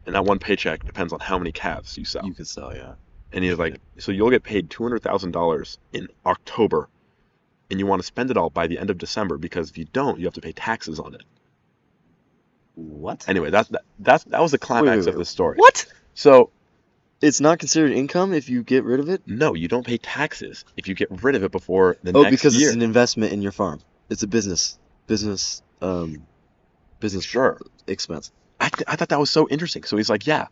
and that one paycheck depends on how many calves you sell. You could sell, yeah. And he's like, so you'll get paid two hundred thousand dollars in October, and you want to spend it all by the end of December because if you don't, you have to pay taxes on it. What? Anyway, that that that's, that was the climax wait, of the story. What? So It's not considered income if you get rid of it? no, you don't pay taxes if you get rid of it before the Oh, next because year. it's an investment in your farm. It's a business. Business um business sure. expense. I th- I thought that was so interesting. So he's like, yeah,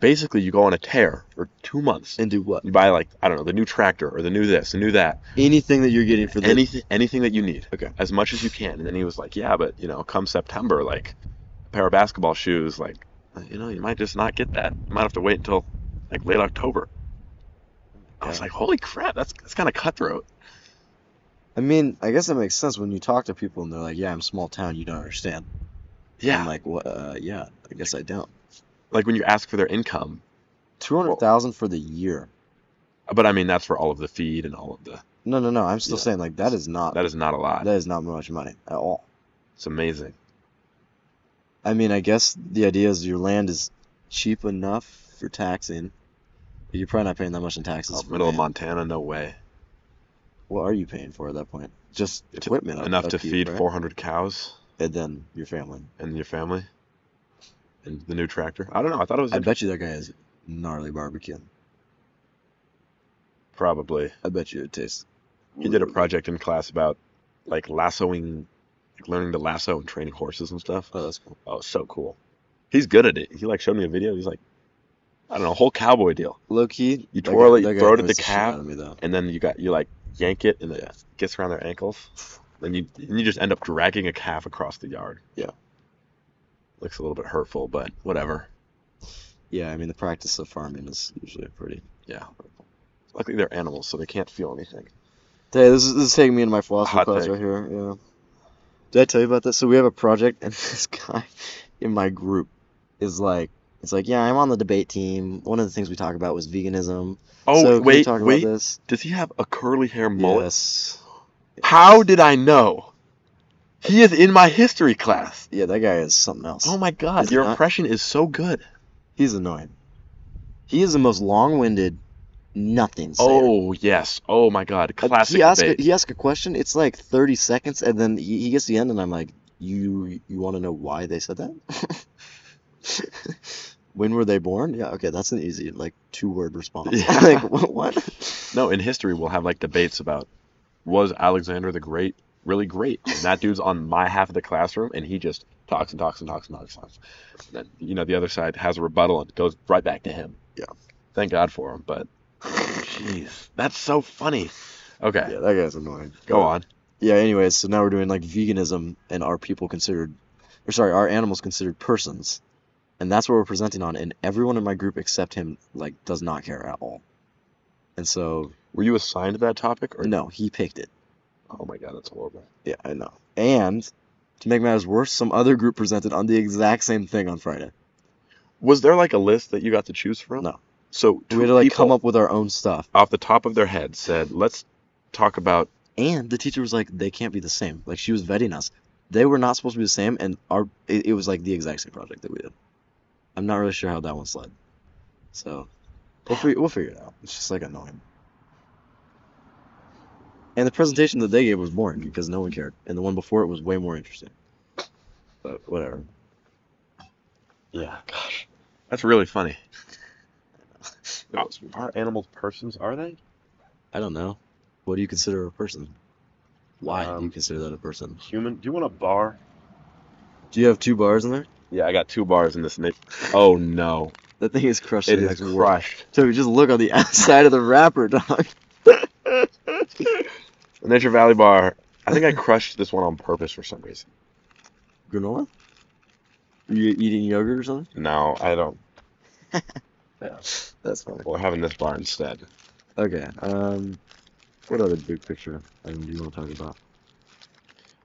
basically you go on a tear for two months. And do what? You buy like I don't know the new tractor or the new this, the new that. Anything that you're getting for the anything anything that you need Okay. as much as you can and then he was like yeah but you know come september like a pair of basketball shoes like you know you might just not get that you might have to wait until like late october i was Yeah. like holy crap that's, that's kind of cutthroat I mean, I guess that makes sense when you talk to people and they're like, "Yeah, I'm small town, you don't understand." yeah I'm like, like, "What uh yeah, I guess I don't." when you ask for their income 200,000 for the year. but i mean that's for all of the feed and all of the No, no, no. I'm still Yeah. saying like that is not that is not a lot that is not much money at all. it's amazing I mean, I guess the idea is your land is cheap enough for taxing. You're probably not paying that much in taxes Oh, for middle of land. montana no way What are you paying for at that point? Just To- equipment up- enough to upkeep, feed right? 400 cows and then your family. and your family and the new tractor i don't know i thought it was I bet you that guy is gnarly barbecue. probably I bet you it tastes. He did a project in class about like lassoing, like learning to lasso and training horses and stuff. Oh, that's cool. Oh, so cool. He's good at it. He like showed me a video. He's like, I don't know, whole cowboy deal. Low key, You that twirl guy- it, you that guy throw it at the annoys shit calf. out of me, though. And then you got you like yank it and it gets around their ankles. Then you and you just end up dragging a calf across the yard. Yeah. Looks a little bit hurtful, but whatever. Yeah, I mean the practice of farming is usually pretty. Yeah. Luckily they're animals, so they can't feel anything. Hey, this is, this is taking me into my philosophy Hot class take. right here. Yeah. Did I tell you about this? So we have a project, and this guy in my group is like, it's like, yeah, I'm on the debate team. One of the things we talk about was veganism. Oh so can we wait, talk about wait. this? Does he have a curly hair mullet? Yes. How did I know? He is in my history class. Yeah, that guy is something else. Oh my god, Is it your not? impression is so good. He's annoying. He is the most long-winded nothing sayer. Oh yes. Oh my god, Uh, classic He asked a, debate. he asked a question. It's like 30 seconds, and then he, he gets to the end, and I'm like, you you want to know why they said that? When were they born? Yeah, okay, that's an easy like two word response. Yeah. Like wh- what? No, in history we'll have like debates about was Alexander the Great really great? And that dude's on my half of the classroom and he just talks and talks and talks and talks and talks. And then, you know, the other side has a rebuttal and it goes right back to him. Yeah. Thank God for him, but Oh, jeez, that's so funny. Okay, Yeah, that guy's annoying. go on. Yeah, anyways, so now we're doing like veganism and are people considered, or sorry, are animals considered persons? And that's what we're presenting on, and everyone in my group except him like does not care at all. And so, Were you assigned that topic or no, he picked it. Oh my God, that's horrible. Yeah, I know. And to make matters worse, some other group presented on the exact same thing on Friday. Was there like a list that you got to choose from? No. So We had two to like people come up with our own stuff. off the top of their head said, "Let's talk about." And the teacher was like, they can't be the same. Like she was vetting us. They were not supposed to be the same, and our it, it was like the exact same project that we did. I'm not really sure how that one slid. So we'll figure, we'll figure it out. It's just like annoying. And the presentation that they gave was boring because no one cared, and the one before it was way more interesting. But whatever. Yeah, gosh, that's really funny. Are animals persons? Are they? I don't know. What do you consider a person? Why do you Um, consider that a person? Human? Do you want a bar? Do you have two bars in there? Yeah, I got two bars in this. Nick. Oh no, That thing is crushed. it to the is next word. crushed. So we just look on the outside of the wrapper, dog. Nature Valley Bar. I think I crushed this one on purpose for some reason. Granola? You eating yogurt or something? No, I don't. That's funny. We're having this bar instead. Okay. Um, what other big picture item do you want to talk about?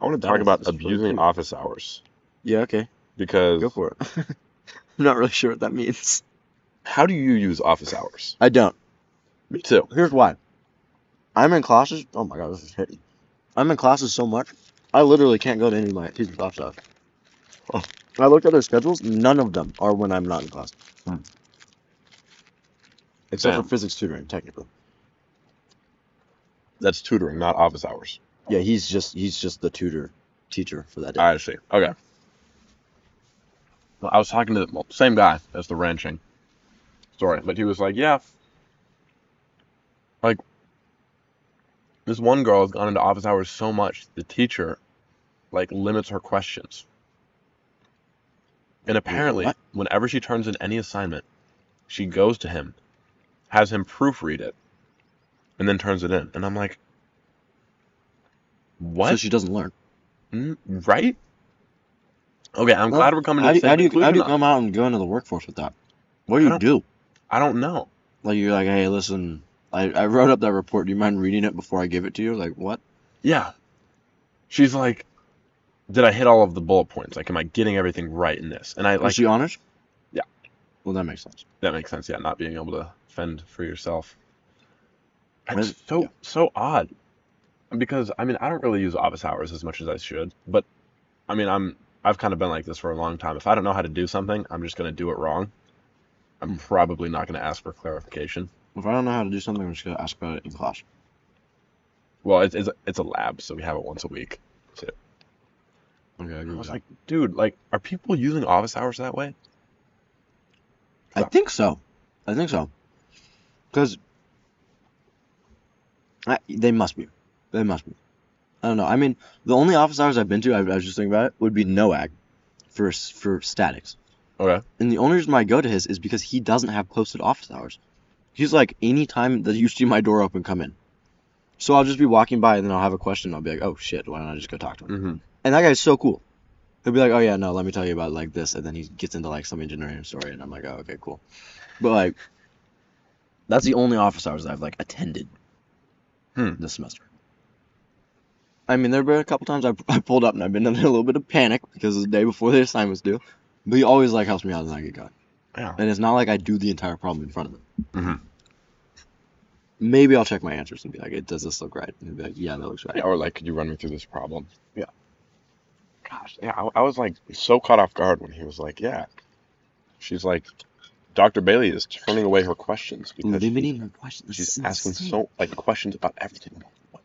I want to That talk was- about that's really abusing good. office hours Yeah. Okay. because Go for it. I'm not really sure what that means. how do you use office hours? I don't. Me too. Here's why. I'm in classes. Oh my god, this is hitting. I'm in classes so much, I literally can't go to any of my teachers' class stuff. Oh. I looked at their schedules. None of them are when I'm not in class. Hmm. Except Damn. for physics tutoring, technically. That's tutoring, not office hours. Yeah, he's just he's just the tutor teacher for that day. I see. Okay. Well, I was talking to the well, same guy as the ranching story, but he was like, yeah. Like, this one girl has gone into office hours so much, the teacher, like, limits her questions. And apparently, What? whenever she turns in any assignment, she goes to him, has him proofread it, and then turns it in. And I'm like, what? So she doesn't learn. Mm, right? Okay, I'm Well, glad we're coming to How the do, same how do you how conclusion do you on- come out and go into the workforce with that? What do I you don't- do? I don't know. Like you're like, hey, listen, I, I wrote up that report. Do you mind reading it before I give it to you? Like what? Yeah. She's like, did I hit all of the bullet points? Like, am I getting everything right in this? And I Was like, she honest? Yeah. Well, that makes sense. that makes sense. Yeah, not being able to fend for yourself. That's Right, so, yeah. so odd. Because, I mean, I don't really use office hours as much as I should, but I mean, I'm, I've kind of been like this for a long time. If I don't know how to do something, I'm just going to do it wrong. I'm probably not going to ask for clarification. If I don't know how to do something, I'm just gonna ask about it in class. Well, it's, it's, it's a lab, so we have it once a week. Okay, I I agree with was that. like, dude, like, are people using office hours that way? I think so. I think so. Because they must be. They must be. I don't know. I mean, the only office hours I've been to, I, I was just thinking about it, would be NOAG for s- for statics. Okay. And the only reason why I go to his is because he doesn't have posted office hours. He's like, any time that you see my door open, come in. So I'll just be walking by and then I'll have a question. I'll be like, oh shit, why don't I just go talk to him? Mm-hmm. And that guy's so cool. He'll be like, "Oh yeah, no, let me tell you about like this," and then he gets into like some engineering story, and I'm like, "Oh okay, cool." But like, that's the only office hours that I've like attended Hmm. this semester. I mean, there have been a couple times I, I pulled up and I've been in a little bit of panic because the day before the assignment's due, but he always like helps me out and I get going. Yeah. And it's not like I do the entire problem in front of him. Mhm. Maybe I'll check my answers and be like, "It does this look right?" And he'll be like, "Yeah, that looks right." Yeah, Or like, could you run me through this problem? Yeah. Gosh, yeah, I, I was like so caught off guard when he was like, yeah. She's like, Dr. Bailey is turning away her questions because she- Limiting her questions. This she's is asking insane. so like questions about everything. What? what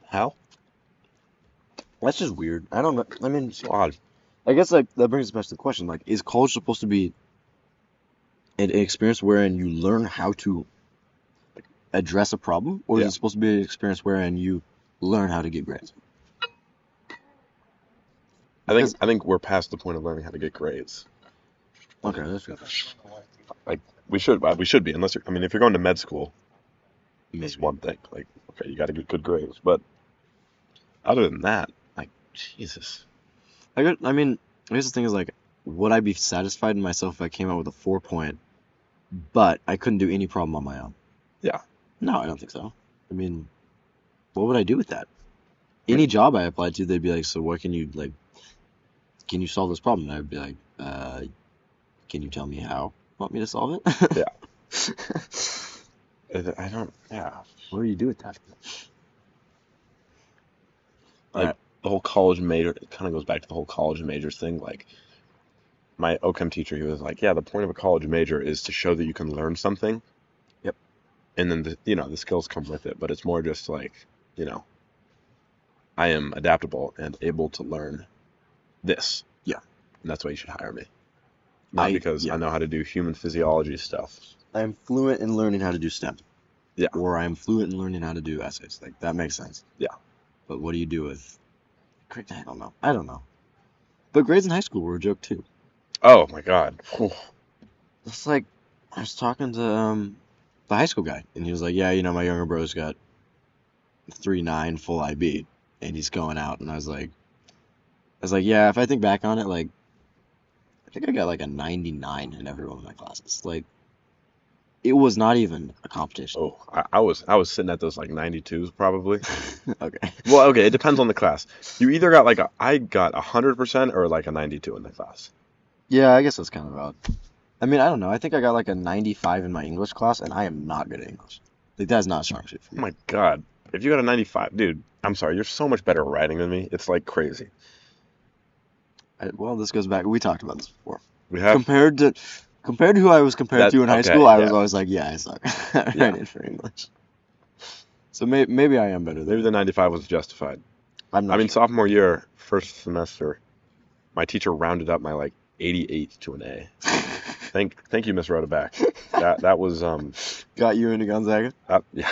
the hell? That's just weird. I don't know. I mean, So odd. I guess like that brings us back to the question: like, is college supposed to be an experience wherein you learn how to address a problem, or Yeah. is it supposed to be an experience wherein you learn how to get grades? I think Because- I think we're past the point of learning how to get grades. Okay, that's good. We should we should be unless you're, I mean if you're going to med school, it's Maybe. one thing. Like okay, you got to get good grades, but other than that, like Jesus, I got, I mean, I guess the thing is like, would I be satisfied in myself if I came out with a four point, but I couldn't do any problem on my own? Yeah. No, I don't think so. I mean, what would I do with that? Any job I applied to, they'd be like, so what can you like, can you solve this problem? And I'd be like, uh, can you tell me how you want me to solve it? Yeah. Yeah. I I don't. Yeah, What do you do with that? the whole college major it kind of goes back to the whole college majors thing like my OCHEM teacher he was like yeah the point of a college major is to show that you can learn something Yep. and then the, you know the skills come with it but it's more just like you know I am adaptable and able to learn this Yeah. and that's why you should hire me not I- because yeah. I know how to do human physiology stuff I'm fluent in learning how to do STEM. Yeah. Or I'm fluent in learning how to do essays. Like that makes sense. Yeah. But what do you do with? Great, I don't know. I don't know. But grades in high school were a joke too. oh my god Whew. It's like I was talking to um the high school guy, and he was like, "Yeah, you know, my younger bro's got three nine full IB, and he's going out." And I was like, "I was like, yeah, if I think back on it, like, I think I got like a ninety nine in every one of my classes. Like, it was not even a competition." oh I, I was I was sitting at those like 92s probably okay. Well, okay, it depends on the class. You either got like a I got a hundred percent or like a ninety-two in the class. Yeah, I guess that's kind of valid. I mean, I don't know. I think I got like a 95 in my English class, and I am not good at English. Like, that's not a strong suit for Oh me. my god, if you got a ninety-five, dude, I'm sorry, you're so much better at writing than me. It's like crazy. I, well, this goes back. We talked about this before. We have Compared to compared to who I was compared That- to in high okay, school, I was yeah. always like, yeah, I suck. I Yeah. yeah. it for English. So may, maybe I am better there. maybe the ninety-five was justified. I'm not. I mean, sure. sophomore year, first semester, my teacher rounded up my like eighty-eight to an A. Thank, thank you, Miss Rhoda back. That that was um, got you into Gonzaga. that, yeah,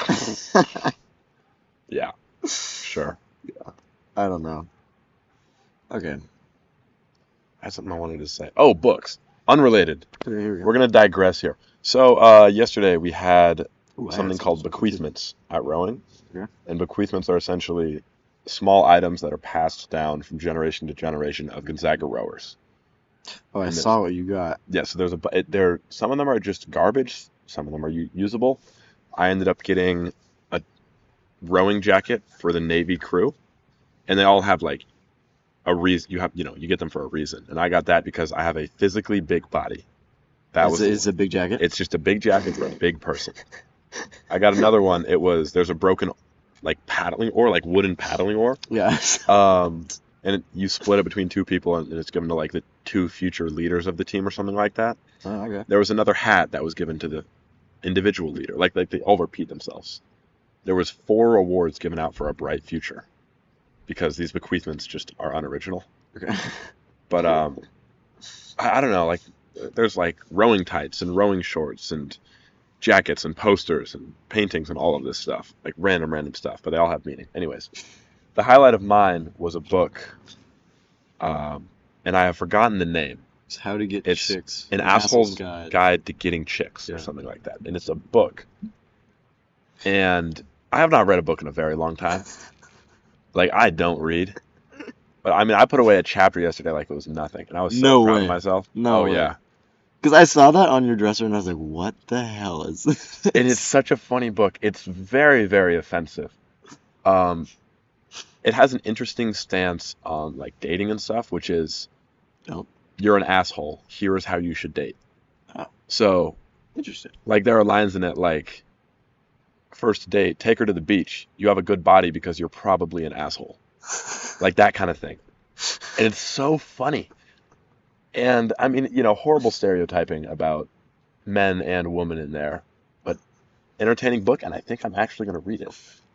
yeah, sure. I don't know. Okay, I had something I wanted to say. Oh, books, unrelated. here here we go. We're gonna digress here. So uh, yesterday we had Ooh, I had something called something. bequeathments at rowing. Yeah. And bequeathments are essentially small items that are passed down from generation to generation of Gonzaga rowers. Oh, I I missed. saw what you got. Yeah, so there's a bu- it, there some of them are just garbage, some of them are u- usable. I ended up getting a rowing jacket for the Navy crew, and they all have like a reason. You have you know you get them for a reason, and I got that because I have a physically big body. That It's was a- it's a big jacket. it's just a big jacket for a big person. I got another one. It was there's a broken like paddling oar, like wooden paddling oar. Yeah. Um, and it, you split it between two people, and it's given to like the two future leaders of the team or something like that. oh, okay. There was another hat that was given to the individual leader, like like they all repeat themselves. There was four awards given out for a bright future, because these bequeathments just are unoriginal. Okay. But um, I, I don't know. Like, there's like rowing tights and rowing shorts and jackets and posters and paintings and all of this stuff. Like random, random stuff. But they all have meaning. Anyways, the highlight of mine was a book, um, and I have forgotten the name. It's how to get It's chicks. an asshole's guide. Guide to Getting Chicks or Yeah. something like that. And it's a book. And I have not read a book in a very long time. Like I don't read. But I mean I put away a chapter yesterday like it was nothing. And I was so No proud way. of myself. No Oh way. yeah. Because I saw that on your dresser and I was like, what the hell is this? It is such a funny book. It's very, very offensive. Um it has an interesting stance on like dating and stuff, which is Oh. you're an asshole. Here is how you should date. Oh. So interesting. Like there are lines in it like first date, take her to the beach. You have a good body because you're probably an asshole. Like that kind of thing. And it's so funny. And I mean, you know, horrible stereotyping about men and women in there, but entertaining book and I think I'm actually going to read it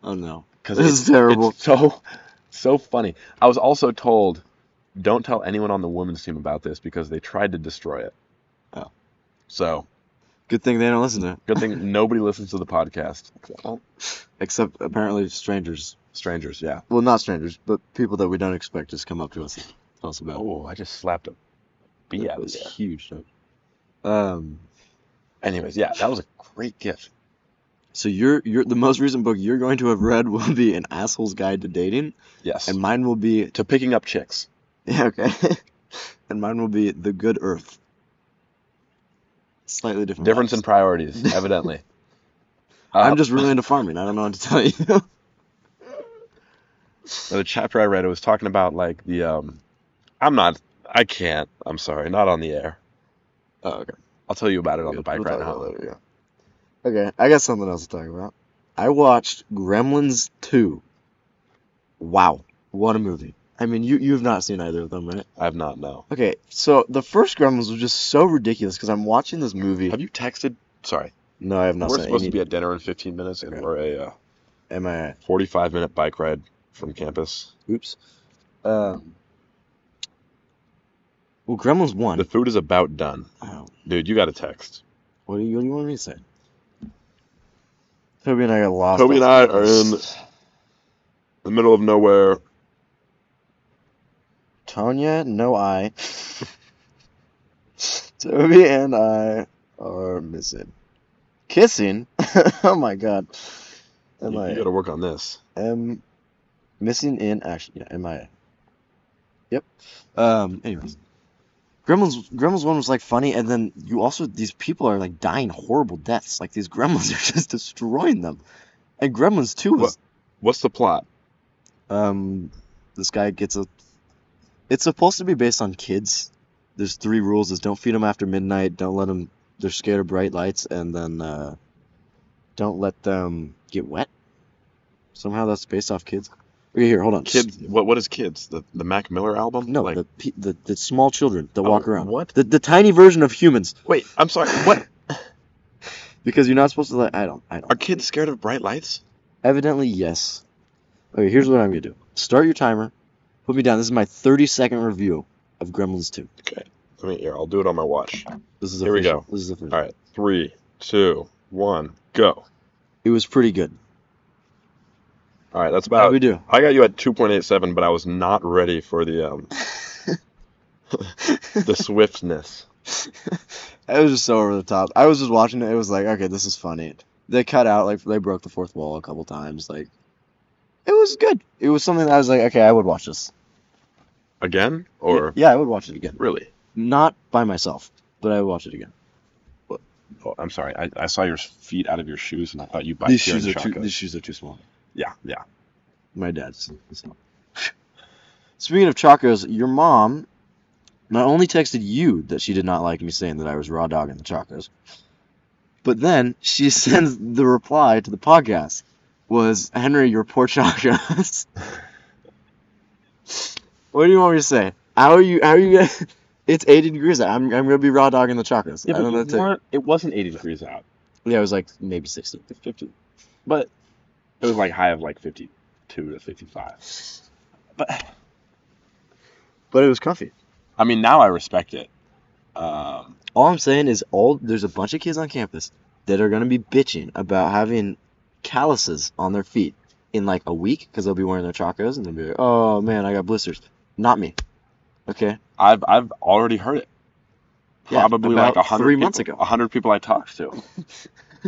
Oh no. cuz This is terrible. it's so so funny. I was also told don't tell anyone on the women's team about this because they tried to destroy it. Oh. So Good thing they don't listen to it, Good thing nobody listens to the podcast. Well, except apparently strangers. strangers, yeah. Well, not strangers, but people that we don't expect just come up to us and tell us about. it. Oh, I just slapped a bee that out of was there. huge. dog. Um, Anyways, yeah, that was a great gift. so your your the most recent book you're going to have read will be an asshole's guide to dating, Yes. and mine will be to picking up chicks. Yeah, okay. And mine will be The Good Earth. Slightly different. Difference vibes. in priorities, evidently. I'm Uh, just really into farming. I don't know what to tell you. the chapter I read, it was talking about like the um, I'm not, I can't. I'm sorry, not on the air. oh, okay. I'll tell you about it on the bike right now. Later, yeah. Okay, I got something else to talk about. I watched Gremlins 2. Wow, what a movie. I mean, you you've not seen either of them, right? I've not no. Okay, so the first Gremlins was just so ridiculous because I'm watching this movie. Have you texted? Sorry, No, I have not we're seen supposed any. to be at dinner in 15 minutes, and Okay. we're a uh, Am I? 45 minute bike ride from campus. Oops. Um. Well, Gremlins one. The food is about done, Oh, dude. You got to text. What do you, what do you want me to say? Toby and I got lost. Toby and I are in the middle of nowhere. Tonya, no I. Toby and I are missing. Kissing? oh my god. You, Am got to work on this. am missing in action. Yeah, am I? Yep. Um. Anyways, Gremlins. Gremlins one was like funny, and then you also these people are like dying horrible deaths. Like these Gremlins are just destroying them, and Gremlins two was What's the plot? um this guy gets a. It's supposed to be based on kids. There's three rules: is don't feed them after midnight, don't let them. They're scared of bright lights, and then uh, don't let them get wet. Somehow that's based off kids. Okay, here, hold on. Kids. What? What is kids? The the Mac Miller album? No, Like, the, pe- the the small children that Oh, walk around. what? The, the tiny version of humans. wait. I'm sorry. What? Because you're not supposed to let. I don't. I don't. Are kids scared of bright lights? Evidently, yes. Okay, here's what I'm gonna do. Start your timer. Put me down. This is my 30 second review of Gremlins 2. I mean, here. I'll do it on my watch. This is Here we official. go. This is official. All right. Three, two, one, go. It was pretty good. All right. That's How'd about. we do? I got you at 2.87, but I was not ready for the um the swiftness. It was just so over the top. I was just watching it. It was like, okay, this is funny. They cut out like they broke the fourth wall a couple times. Like, it was good. It was something that I was like, okay, I would watch this. Again? Or yeah, I would watch it again. really? Not by myself, but I would watch it again. Oh, I'm sorry. I, I saw your feet out of your shoes, and I thought you biked these here in shoes are too. Chaco. These shoes are too small. Yeah, yeah. My dad's. So. Speaking of chacos, your mom not only texted you that she did not like me saying that I was raw dogging the chacos, but then she sends the reply to the podcast was Henry, your poor chacos. what do you want me to say? How are you? How are you? Gonna, it's 80 degrees out. I'm, I'm gonna be raw dogging the chacos. I don't know. what to- it wasn't 80 degrees out. yeah, it was like maybe 60. It's 50. But it was like high of like 52 to 55. But But it was comfy. I mean, now I respect it. Um, All I'm saying is all there's a bunch of kids on campus that are gonna be bitching about having calluses on their feet in like a week because they'll be wearing their chacos and they'll be like, oh man, I got blisters. Not me. Okay. I've I've already heard it. Yeah, Probably like about a hundred three months people- ago. A hundred people I talked to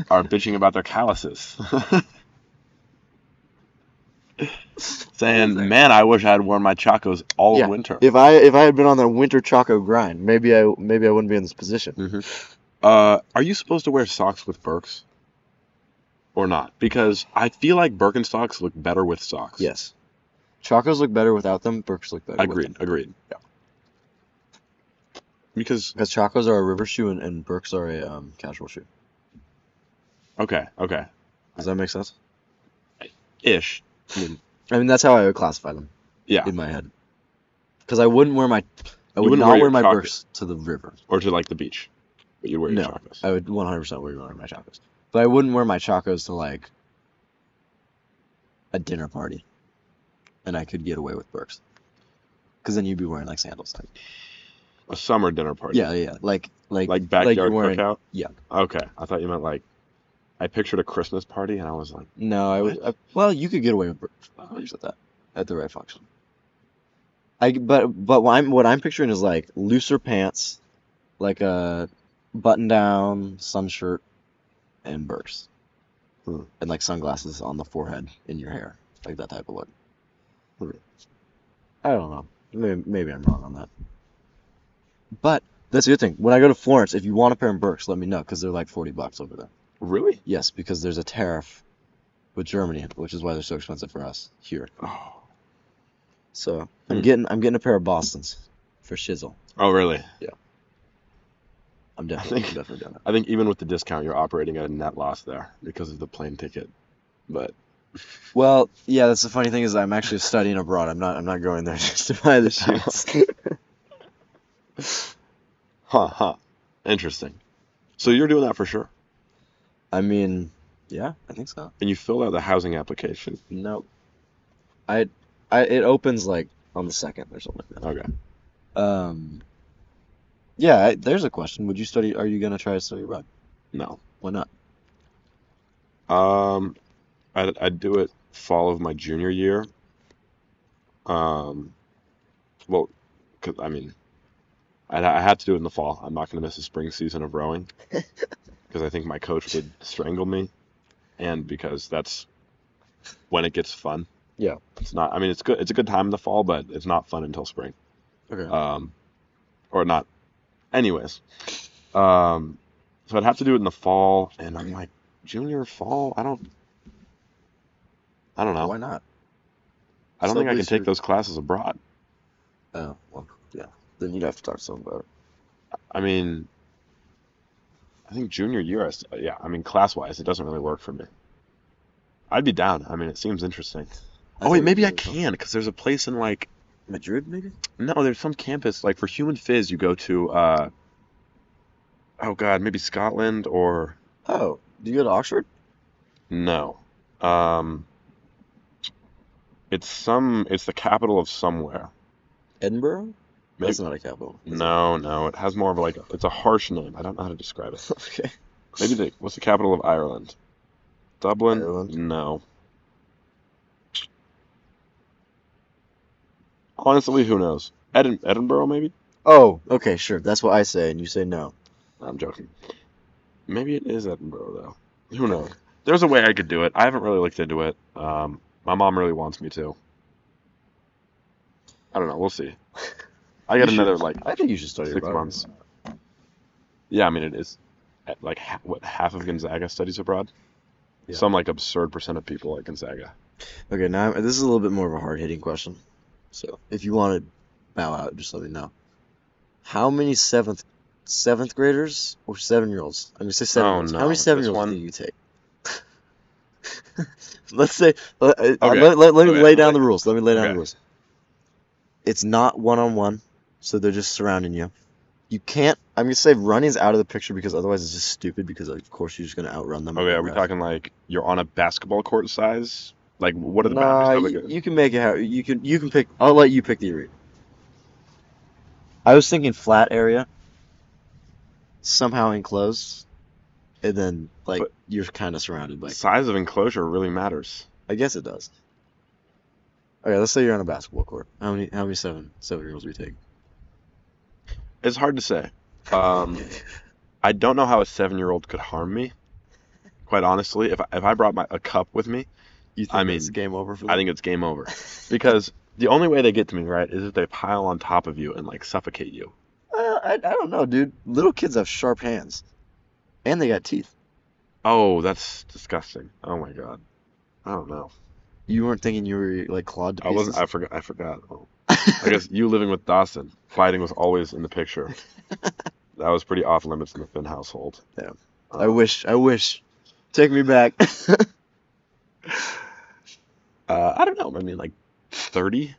are bitching about their calluses, saying, Amazing. "Man, I wish I had worn my chacos all Yeah, winter." If I if I had been on that winter chaco grind, maybe I maybe I wouldn't be in this position. Uh, are you supposed to wear socks with Birks or not? Because I feel like Birkenstocks look better with socks. Yes. Chacos look better without them. Berks look better. with them. Agreed. Agreed. Yeah. Because Because chacos are a river shoe and, and Berks are a um, casual shoe. okay, okay, Does that make sense? ish. I mean, I mean that's how I would classify them yeah. in my head. Because I wouldn't wear my I would wouldn't not wear wear, your my Chacos. Berks to the river. Or to like the beach, but you wear your No. chacos. I would 100% wear one of my chacos. But I wouldn't wear my chacos to like a dinner party. And I could get away with Burks. Because then you'd be wearing like sandals. A summer dinner party. Yeah, yeah, like like Like like you're backyard wearing. cookout. yeah. Okay, I thought you meant like. I pictured a Christmas party, and I was like, No, I was. I, well, you could get away with burgers at that at the Red Fox. I but but what I'm what I'm picturing is like looser pants, like a button down, sun shirt, and burks, Hmm. and like sunglasses on the forehead in your hair, like that type of look. Hmm. I don't know. Maybe, maybe I'm wrong on that. But that's the other thing. When I go to Florence, if you want a pair of burks, let me know because they're like forty bucks over there. "Really? Yes, because there's a tariff with Germany, which is why they're so expensive for us here. Oh, So I'm Hmm. getting I'm getting a pair of Boston's for shizzle. oh, really? I'm definitely think- I'm definitely doing it. I think even with the discount, you're operating at a net loss there because of the plane ticket. But Well, yeah, that's the funny thing is I'm actually studying abroad. I'm not I'm not going there just to buy the shoes. Huh, huh. Interesting. So you're doing that for sure. I mean, yeah, I think so. And you filled out the housing application. No, I I it opens like on the second or something like Okay. that. Um, yeah, I, there's a question. Would you study? Are you gonna try to study abroad? No. Why not? Um, I'd, I'd do it fall of my junior year. Um, well, 'cause, I mean, I'd, I have to do it in the fall. I'm not going to miss a spring season of rowing because I think my coach would strangle me, and because that's when it gets fun. Yeah. It's not. I mean, it's good. It's a good time in the fall, but it's not fun until spring. Okay. um, or not. Anyways, um, so I'd have to do it in the fall, and I'm like, junior fall. I don't, I don't know. Why not? I don't think I Subway can take surf- those classes abroad. Oh, well, yeah. Then you'd have to talk to someone about it. I mean, I think junior year, I s yeah. I mean, class wise, it doesn't really work for me. I'd be down. I mean, it seems interesting. Oh wait, think maybe I it's can because there's a place in like Madrid, maybe? no, there's some campus like for human phys you go to. uh Oh God, maybe Scotland or. Oh, do you go to Oxford? No. Um, it's some. It's the capital of somewhere. Edinburgh? Maybe- That's not a capital. is it? no, no. It has more of like. It's a harsh name. I don't know how to describe it. Okay. Maybe the. What's the capital of Ireland? Dublin? Ireland. No. Honestly, who knows? Edin Edinburgh, maybe? Oh, okay, sure. That's what I say, and you say no. I'm joking. Maybe it is Edinburgh, though. Who knows? There's a way I could do it. I haven't really looked into it. Um, my mom really wants me to. I don't know. We'll see. I got You should- another like I think you should study six abroad. months. Yeah, I mean it is at, like ha- what half of Gonzaga studies abroad. Yeah. Mm-hmm. Some like absurd percent of people at Gonzaga. Okay, now I'm- this is a little bit more of a hard-hitting question. So, if you want to bow out, just let me know. How many seventh seventh graders or seven-year-olds? I'm gonna say seven-year-olds. How Oh, no, many this seven-year-olds one- do you take? Let's say let, uh, Okay, let, let, let me okay, lay down okay. the rules. Let me lay down the Okay. rules. It's not one-on-one, so they're just surrounding you. You can't. I'm gonna say running's out of the picture because otherwise it's just stupid. Because of course you're just gonna outrun them. Okay, are we Ref. talking like you're on a basketball court size? Like what are the Nah, boundaries? you, you can make it how you can you can pick. I'll let you pick the area. I was thinking flat area, somehow enclosed, and then like But- you're kind of surrounded by. size of enclosure really matters. I guess it does. Okay, let's say you're on a basketball court. How many how many seven seven year olds we take? It's hard to say. Um, I don't know how a seven-year-old could harm me. Quite honestly, if I, if I brought my a cup with me, You think I mean, it's game over for I them? think it's game over. Because the only way they get to me, right, is if they pile on top of you and like suffocate you. Uh, I I don't know, dude. Little kids have sharp hands, and they got teeth. Oh, that's disgusting. Oh my God. I don't know. You weren't thinking you were like clawed to I pieces. wasn't. I forgot. I forgot. Oh. I guess you living with Dawson, fighting was always in the picture. That was pretty off limits in the Finn household. Yeah. Uh, I wish. I wish. Take me back. uh, I don't know. I mean, like thirty.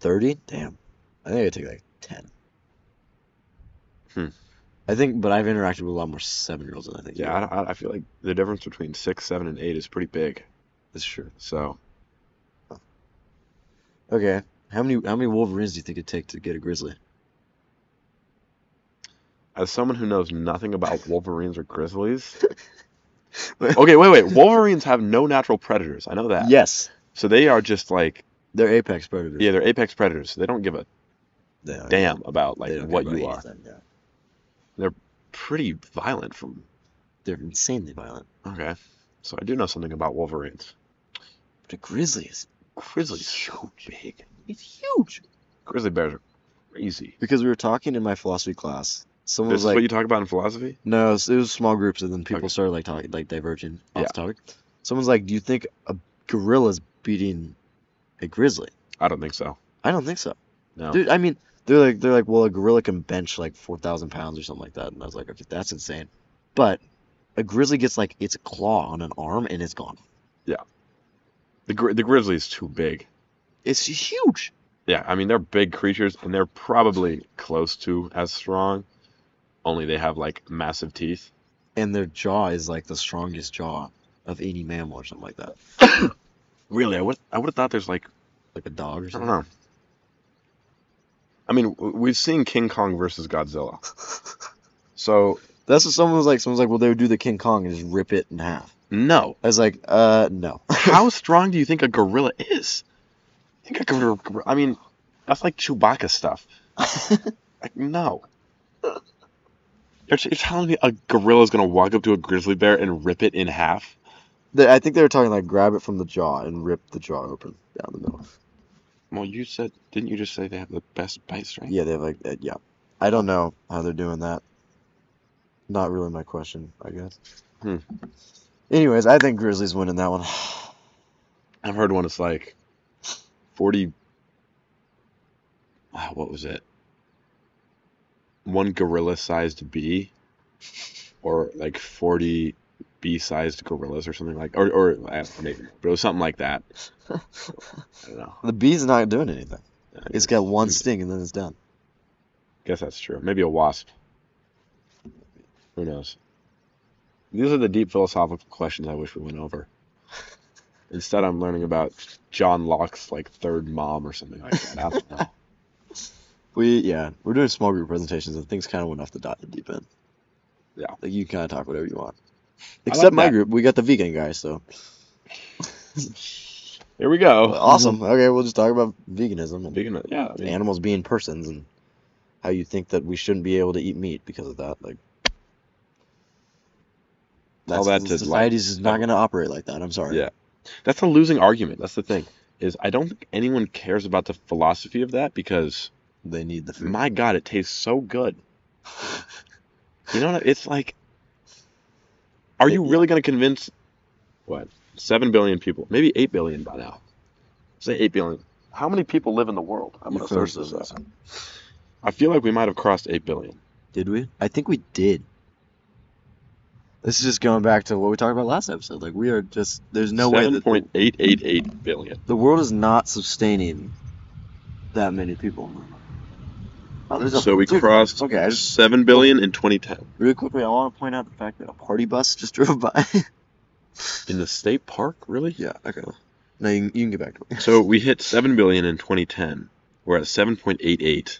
30? Damn. I think I take like 10. Hmm. I think, but I've interacted with a lot more seven year olds than I think. you Yeah, have. I, I- I feel like the difference between six, seven, and eight is pretty big. that's true. So Okay. How many how many Wolverines do you think it'd take to get a grizzly? as someone who knows nothing about wolverines or grizzlies. Okay, wait, wait. Wolverines have no natural predators. I know that. Yes, So they are just like they're apex predators. yeah, they're apex predators. They don't give a They don't- damn about they like don't what care you about are. anything, yeah. Pretty violent from They're insanely violent. Okay. So I do know something about wolverines. But a grizzly is Grizzlies so big. it's huge. Grizzly bears are crazy. Because we were talking in my philosophy class, someone This was is like, what you talk about in philosophy? No, it was, it was small groups, and then people Okay. started like talking, like diverging off Yeah. the topic. Someone's like, "Do you think a gorilla's beating a grizzly?" I don't think so. I don't think so, No. dude. I mean, they're like, they're like, well, a gorilla can bench like four thousand pounds or something like that, and I was like, okay, that's insane. But a grizzly gets like its claw on an arm and it's gone. The gri- the grizzly is too big. It's huge. Yeah, I mean they're big creatures and they're probably close to as strong, only they have like massive teeth. and their jaw is like the strongest jaw of any mammal or something like that, Really, I would I would have thought there's like like a dog or I don't something. know. I mean, w- we've seen King Kong versus Godzilla. So, That's what someone was like. Someone's like, well, they would do the King Kong and just rip it in half. no. I was like, uh, no. How strong do you think a gorilla is? I think a gorilla, I mean, that's like Chewbacca stuff. Like, no. You're, you're telling me a gorilla is going to walk up to a grizzly bear and rip it in half? They, I think they were talking like grab it from the jaw and rip the jaw open down the middle. Well, you said, didn't you just say they have the best bite strength? Yeah, they have like that. Yeah, I don't know how they're doing that. Not really my question, I guess. Hmm. Anyways, I think Grizzlies winning that one. I've heard one it's like 40 ah, what was it? One gorilla-sized bee or like 40 bee-sized gorillas or something like or or I don't know, maybe but it was something like that. I don't know. The bee's not doing anything. I It's guess- got one sting and then it's done. guess that's true. Maybe a wasp. Who knows? These are the deep philosophical questions I wish we went over. Instead, I'm learning about John Locke's like third mom or something like that. I don't know. We yeah, we're doing small group presentations and things kind of went off the dot deep end. Yeah. like you kind of talk whatever you want. Except my that. group, we got the vegan guy, so Here we go. Mm-hmm. awesome. Okay, we'll just talk about veganism and Speaking of, yeah, I mean, animals being persons and how you think that we shouldn't be able to eat meat because of that. Like All that's- that to, like- society's just not going to operate like that. I'm sorry. Yeah. that's a losing argument. That's the thing. Is I don't think anyone cares about the philosophy of that because they need the food. my God, it tastes so good. You know, what I- it's like, are you really going to convince what seven billion people, maybe eight billion by now? Say eight billion. How many people live in the world? I'm You gonna finished search this this. up. I feel like we might have crossed eight billion. Did we? I think we did. This is just going back to what we talked about last episode. Like we are just there's no way Seven that point eight eight eight billion. the world is not sustaining that many people. Oh, there's a- So we dude, crossed Okay, I just seven billion in 2010. really quickly. I want to point out the fact that a party bus just drove by. In the state park, really? yeah. Okay. No, you, can- you can get back to it. So we hit 7 billion in 2010. We're at 7.88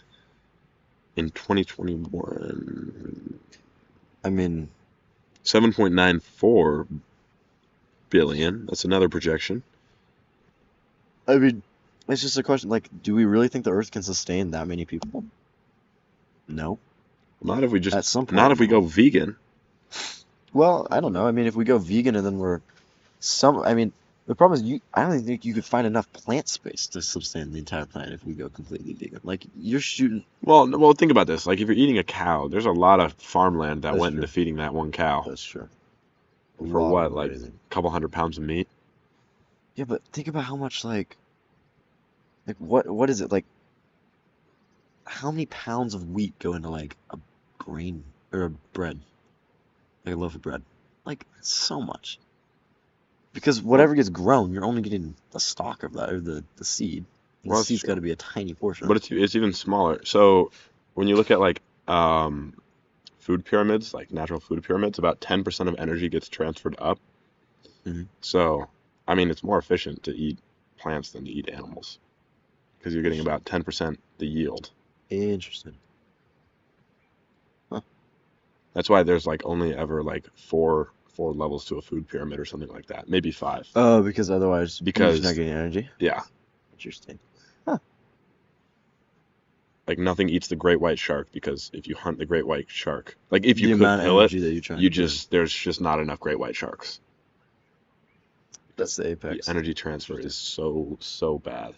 in 2021. I mean, 7.94 billion. That's another projection. I mean, it's just a question. Like, do we really think the Earth can sustain that many people? No. Not if we just At some point. not if we go vegan. Well, I don't know. I mean, if we go vegan and then we're some, I mean, the problem is you. I don't even think you could find enough plant space to sustain the entire planet if we go completely vegan. Like you're shooting. Well, n- well, think about this. Like if you're eating a cow, there's a lot of farmland that That's went true. into feeding that one cow. Oh, That's true. For Raw what, or like- anything. A couple hundred pounds of meat. Yeah, but think about how much like like what what is it like how many pounds of wheat go into like a grain or a bread? Like a loaf of bread. Like so much. Because whatever gets grown, you're only getting the stalk of that or the, the seed. And the Well, that's seed's true. gotta be a tiny portion. But it's it's even smaller. So when you look at like um, food pyramids, like natural food pyramids, about 10% of energy gets transferred up. Mhm. So, I mean, it's more efficient to eat plants than to eat animals because you're getting about 10% the yield. Interesting. Huh. That's why there's like only ever like four four levels to a food pyramid or something like that. Maybe five. Oh, because otherwise, you're Because- just not getting energy. Yeah. Interesting. Like nothing eats the great white shark because if you hunt the great white shark, like if you the could amount of kill it, energy that you're trying you to get, just there's just not enough great white sharks. that's the The apex. energy transfer is so so bad.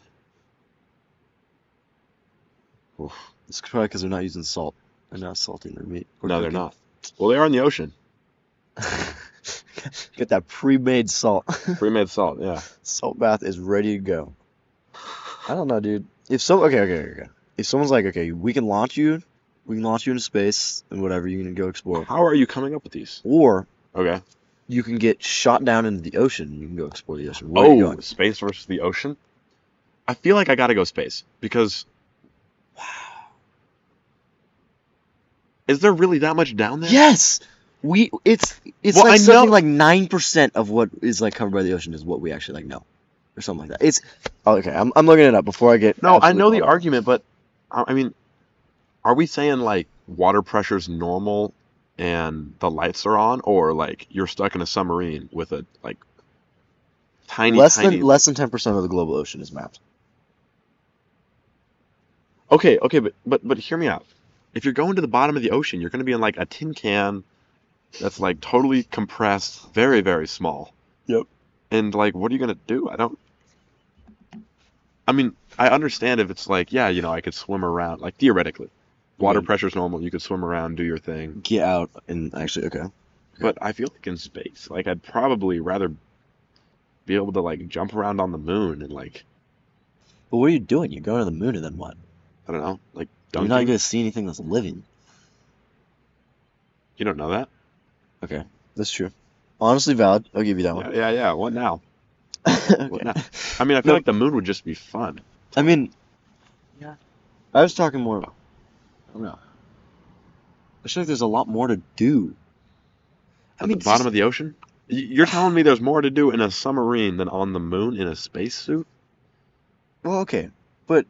Oof. It's probably because they're not using salt. They're not salting their meat. or No, they're cooking. not. Well, they are in the ocean. Get that pre-made salt. Pre-made salt. Yeah. Salt bath is ready to go. I don't know, dude. If so, okay, okay, okay, okay. If someone's like, okay, we can launch you, we can launch you into space and whatever, you can go explore. How are you coming up with these? Or Okay. you can get shot down into the ocean. You can go explore the ocean. Where are you Oh, going? space versus the ocean. I feel like I gotta go space because. Is there really that much down there? Yes, we. It's it's Well, I like something know- like nine percent of what is like covered by the ocean is what we actually like know, or something like that. It's oh, okay. I'm I'm looking it up before I get. No, I absolutely know the wrong. argument, but I I mean, are we saying like water pressure's normal and the lights are on, or like you're stuck in a submarine with a like tiny, Less tiny? than less than ten percent of the global ocean is mapped. Okay, okay, but but but hear me out. If you're going to the bottom of the ocean, you're going to be in like a tin can that's like totally compressed, very, very small. Yep. And like, what are you going to do? I don't. I mean, I understand if it's like, yeah, you know, I could swim around, like theoretically. Water Yeah. pressure's normal, you could swim around, do your thing. Get out and actually okay. But I feel like in space, like I'd probably rather be able to like jump around on the moon and like, But what are you doing? You're going to the moon and then what? I don't know, like You're not dunking. gonna see anything that's living. You don't know that? That's true. Honestly, valid. I'll give you that Yeah, one. yeah, yeah. What now? Okay. no. I mean, I feel No. like the moon would just be fun. I mean, yeah. I was talking more. about- I don't know. I feel like there's a lot more to do. I At mean, the bottom of the ocean? Y- You're telling me there's more to do in a submarine than on the moon in a spacesuit? well, okay, but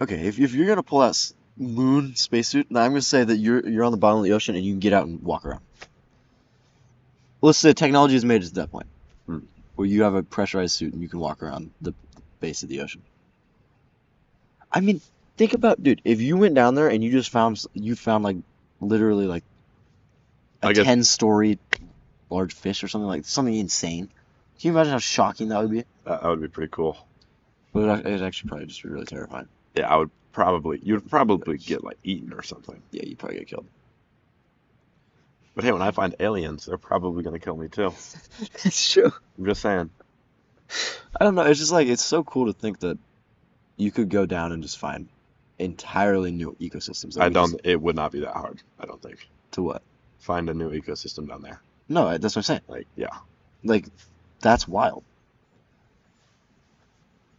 okay, if if you're gonna pull out s- moon spacesuit, then I'm gonna say that you're you're on the bottom of the ocean and you can get out and walk around. Let's say technology has made it to that point, Hmm. where you have a pressurized suit and you can walk around the base of the ocean. I mean, think about, dude, if you went down there and you just found s- you found like literally like a I guess- ten story large fish or something like something insane. Can you imagine how shocking that would be? That, that would be pretty cool. But it'd, it'd actually probably just be really terrifying. Yeah, I would probably. You'd probably get like eaten or something. Yeah, you'd probably get killed. But hey, when I find aliens, they're probably gonna kill me too. It's true. I'm just saying. I don't know. It's just like it's so cool to think that you could go down and just find entirely new ecosystems. that I we just- don't. It would not be that hard. I don't think. to what? Find a new ecosystem down there. No, I- that's what I'm saying. Like, yeah. Like, that's wild.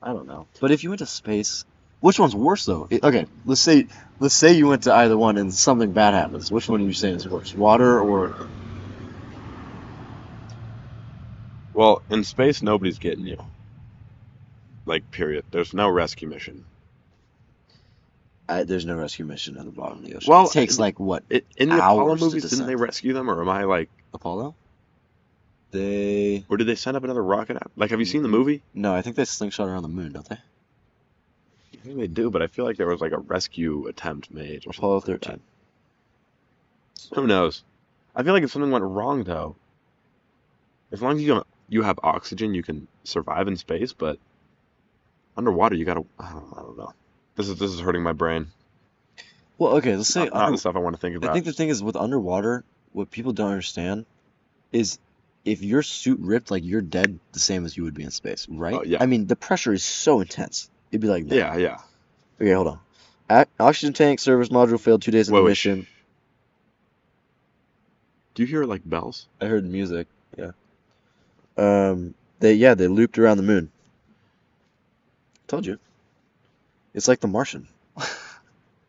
I don't know. But if you went to space, which one's worse though? It- okay, let's say let's say you went to either one and something bad happens. Which one are you saying is worse? Water or Well, in space, nobody's getting you. Like, period. There's no rescue mission. I, there's no rescue mission at the bottom of the ocean. Well, it takes it- like what It, in the Apollo Hours to movies, didn't they descend. rescue them, or am I like, Apollo? They or did they send up another rocket? out- Like, have you seen the movie? no, I think they slingshot around the moon, don't they? I think they do, but I feel like there was like a rescue attempt made. Or Apollo something like thirteen. that. Who knows? I feel like if something went wrong though, as long as you don't, you have oxygen, you can survive in space. But underwater, you gotta. I don't, I don't know. This is this is hurting my brain. Well, okay, let's say um, Not, not the stuff I want to think I about. think the thing is with underwater, what people don't understand is if your suit ripped, like you're dead the same as you would be in space, right? Oh, yeah. I mean, the pressure is so intense. It'd be like that. yeah, yeah. Okay, hold on. A- oxygen tank service module failed two days into Wait, wait. mission. Do you hear like bells? I heard music. Yeah. Um. They yeah they looped around the moon. Told you. It's like The Martian.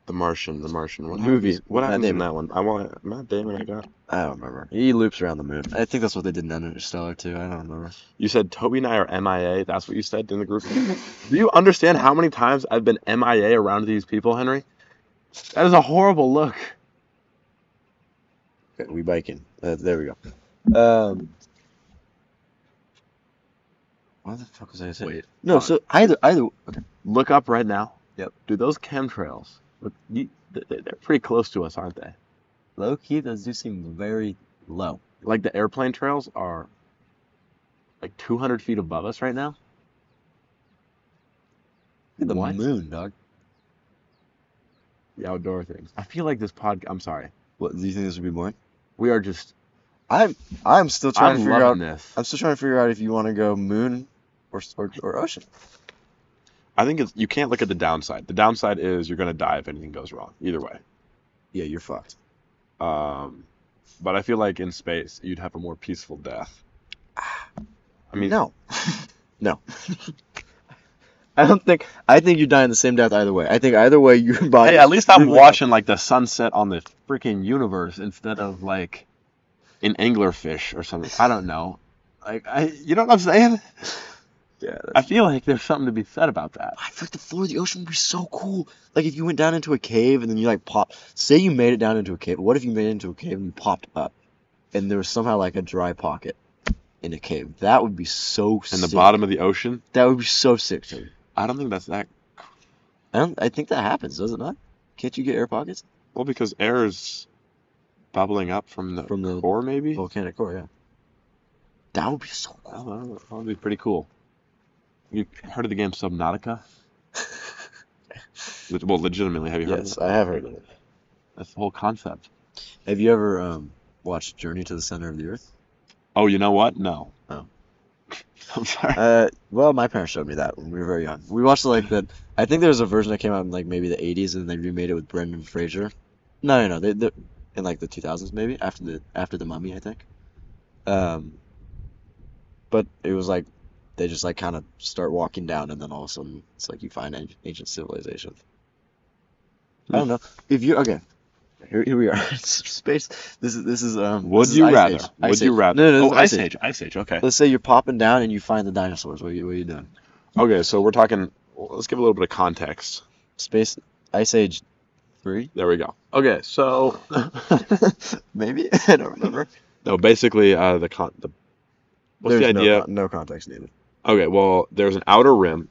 The Martian, The Martian. What Movie. happens- What Matt happens in Damon. that one? I want Matt Damon. I got. I don't remember. He loops around the moon. I think that's what they did in Interstellar too. I don't remember. You said Toby and I are MIA. That's what you said in the group. Do you understand how many times I've been MIA around these people, Henry? That is a horrible look. Okay, we biking. Uh, there we go. Um, what the fuck was I saying? Wait. No, Uh, so either either okay. Look up right now. Yep. Do those chemtrails? Look, you, th- th- they're pretty close to us, aren't they? Low key, those do seem very low. Like the airplane trails are like 200 feet above us right now. Look at the What? moon, dog. The outdoor things. I feel like this pod. I'm sorry. What do you think this would be boring? We are just. I'm I'm still trying I'm to figure out. loving this. I'm still trying to figure out if you want to go moon or s- or, or ocean. I think it's, you can't look at the downside. The downside is you're gonna die if anything goes wrong. Either way. Yeah, you're fucked. Um, but I feel like in space you'd have a more peaceful death. I mean, No, no. I don't think. I think you're dying the same death either way. I think either way your body. Hey, at least you're I'm like- watching like the sunset on the freaking universe instead of like an anglerfish or something. I don't know. Like I, you know what I'm saying? Yeah. I feel like there's something to be said about that. I feel like the floor of the ocean would be so cool. Like if you went down into a cave and then you like pop. Say you made it down into a cave. What if you made it into a cave and popped up, and there was somehow like a dry pocket in a cave? That would be so. In sick. the bottom of the ocean, That would be so sick. To me. I don't think that's that. I don't. I think that happens, does it not? Can't you get air pockets Well, because air is bubbling up from the from the core, maybe. volcanic core? Yeah. That would be so I cool. don't know. That would be pretty cool. You heard of the game Subnautica? Le- Well, legitimately, have you heard Yes, of it? I have heard of it. That's the whole concept. Have you ever um, watched Journey to the Center of the Earth? Oh, you know what? No. Oh. I'm sorry. Uh, well, my parents showed me that when we were very young. We watched like that. I think there was a version that came out in like maybe the 80s, and they remade it with Brendan Fraser. No, no, no. They, they in like the 2000s maybe after the after the Mummy, I think. Um, but it was like they just like kind of start walking down, and then all of a sudden it's like you find an- ancient civilization. I don't know if you okay. Here, here we are. Space. This is this is um. Would this is you Ice rather? Age. Would Ice you Age. rather? No, no, no, this oh, is Ice Ice Age. Age. Ice Age. Okay. Let's say you're popping down and you find the dinosaurs. What are you, what are you doing? Okay. So we're talking. well, Let's give a little bit of context. Space Ice Age three, There we go. Okay. So. maybe I don't remember. no, basically, uh, the con. The, what's There's the no idea? con- No, context needed. Okay. Well, there's an outer rim,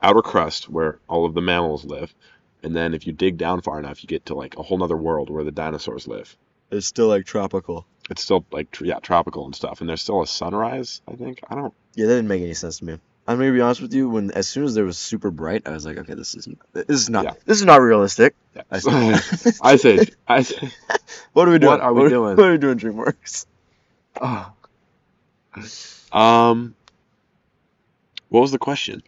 outer crust where all of the mammals live, and then if you dig down far enough, you get to like a whole nother world where the dinosaurs live. It's still like tropical. It's still like tr- yeah, tropical and stuff, and there's still a sunrise. I think. I don't. Yeah, that didn't make any sense to me. I'm gonna be honest with you. When as soon as there was super bright, I was like, okay, this is this is not Yeah. this is not realistic. Yeah. I said- Ice Age. Ice. what are we doing? What are we doing? What are we doing, DreamWorks? Oh. Um, what was the question?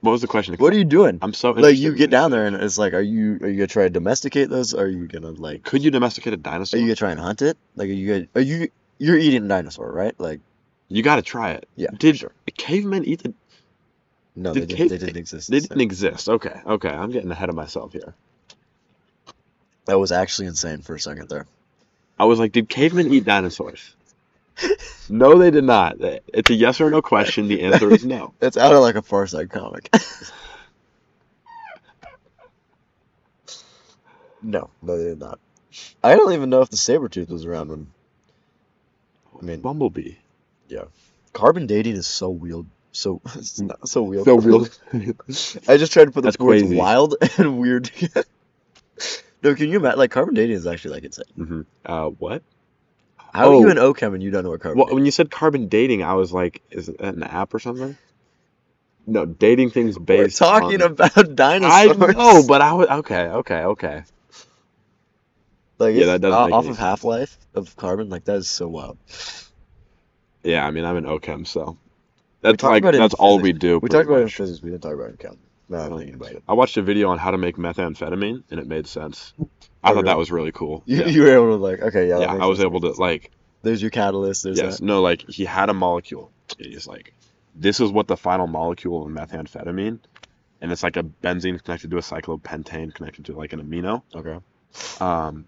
What was the question? What are you doing? I'm so Like you interested get in- down there and it's like, are you are you gonna try to domesticate those? Are you gonna like? Could you domesticate a Are dinosaur? you You, gonna try and hunt it? Like, are you gonna, are you you're eating a dinosaur, right? Like, got to try it. Yeah, Did cavemen eat the? no, Did they, didn't, cave- they didn't exist. They didn't exist. Okay, okay. I'm getting ahead of myself here. That was actually insane for a second there. I was like, did cavemen eat dinosaurs? No, they did not. It's a yes or no question. The answer is no. It's out of like a Far Side comic. no, no, they did not. I don't even know if the saber tooth was around when. I mean, Bumblebee. carbon dating is so weird. So, it's not so weird. So real. I just tried to put the That's words crazy. wild and weird together. No, can you imagine? Like, carbon dating is actually like insane. hmm Uh, what? How are Oh. you an OCHEM and you don't know what carbon Well, dating when you said carbon dating, I was like, is it an app or something? No, dating things We're based talking on... about I dinosaurs. know, but I was okay, okay, okay. Like, Yeah, it's- that doesn't uh, make off any of sense. Half Life of Carbon, like, that is so wild. Yeah, I mean, I'm an OChem, so We that's talked like about it in that's all physics. we do. We pretty talked about it in much. physics, we didn't talk about it in chem. No, I don't think anybody did. I watched a video on how to make methamphetamine, and it made sense. I Oh, thought really? that was really cool. You, yeah, you were able to, like, okay, yeah, that Yeah, makes I was sense. able to like, There's your catalyst, there's yes, no, like he had a molecule. and He's like, this is what the final molecule of methamphetamine, and it's like a benzene connected to a cyclopentane connected to like an amino. that. Okay. Um,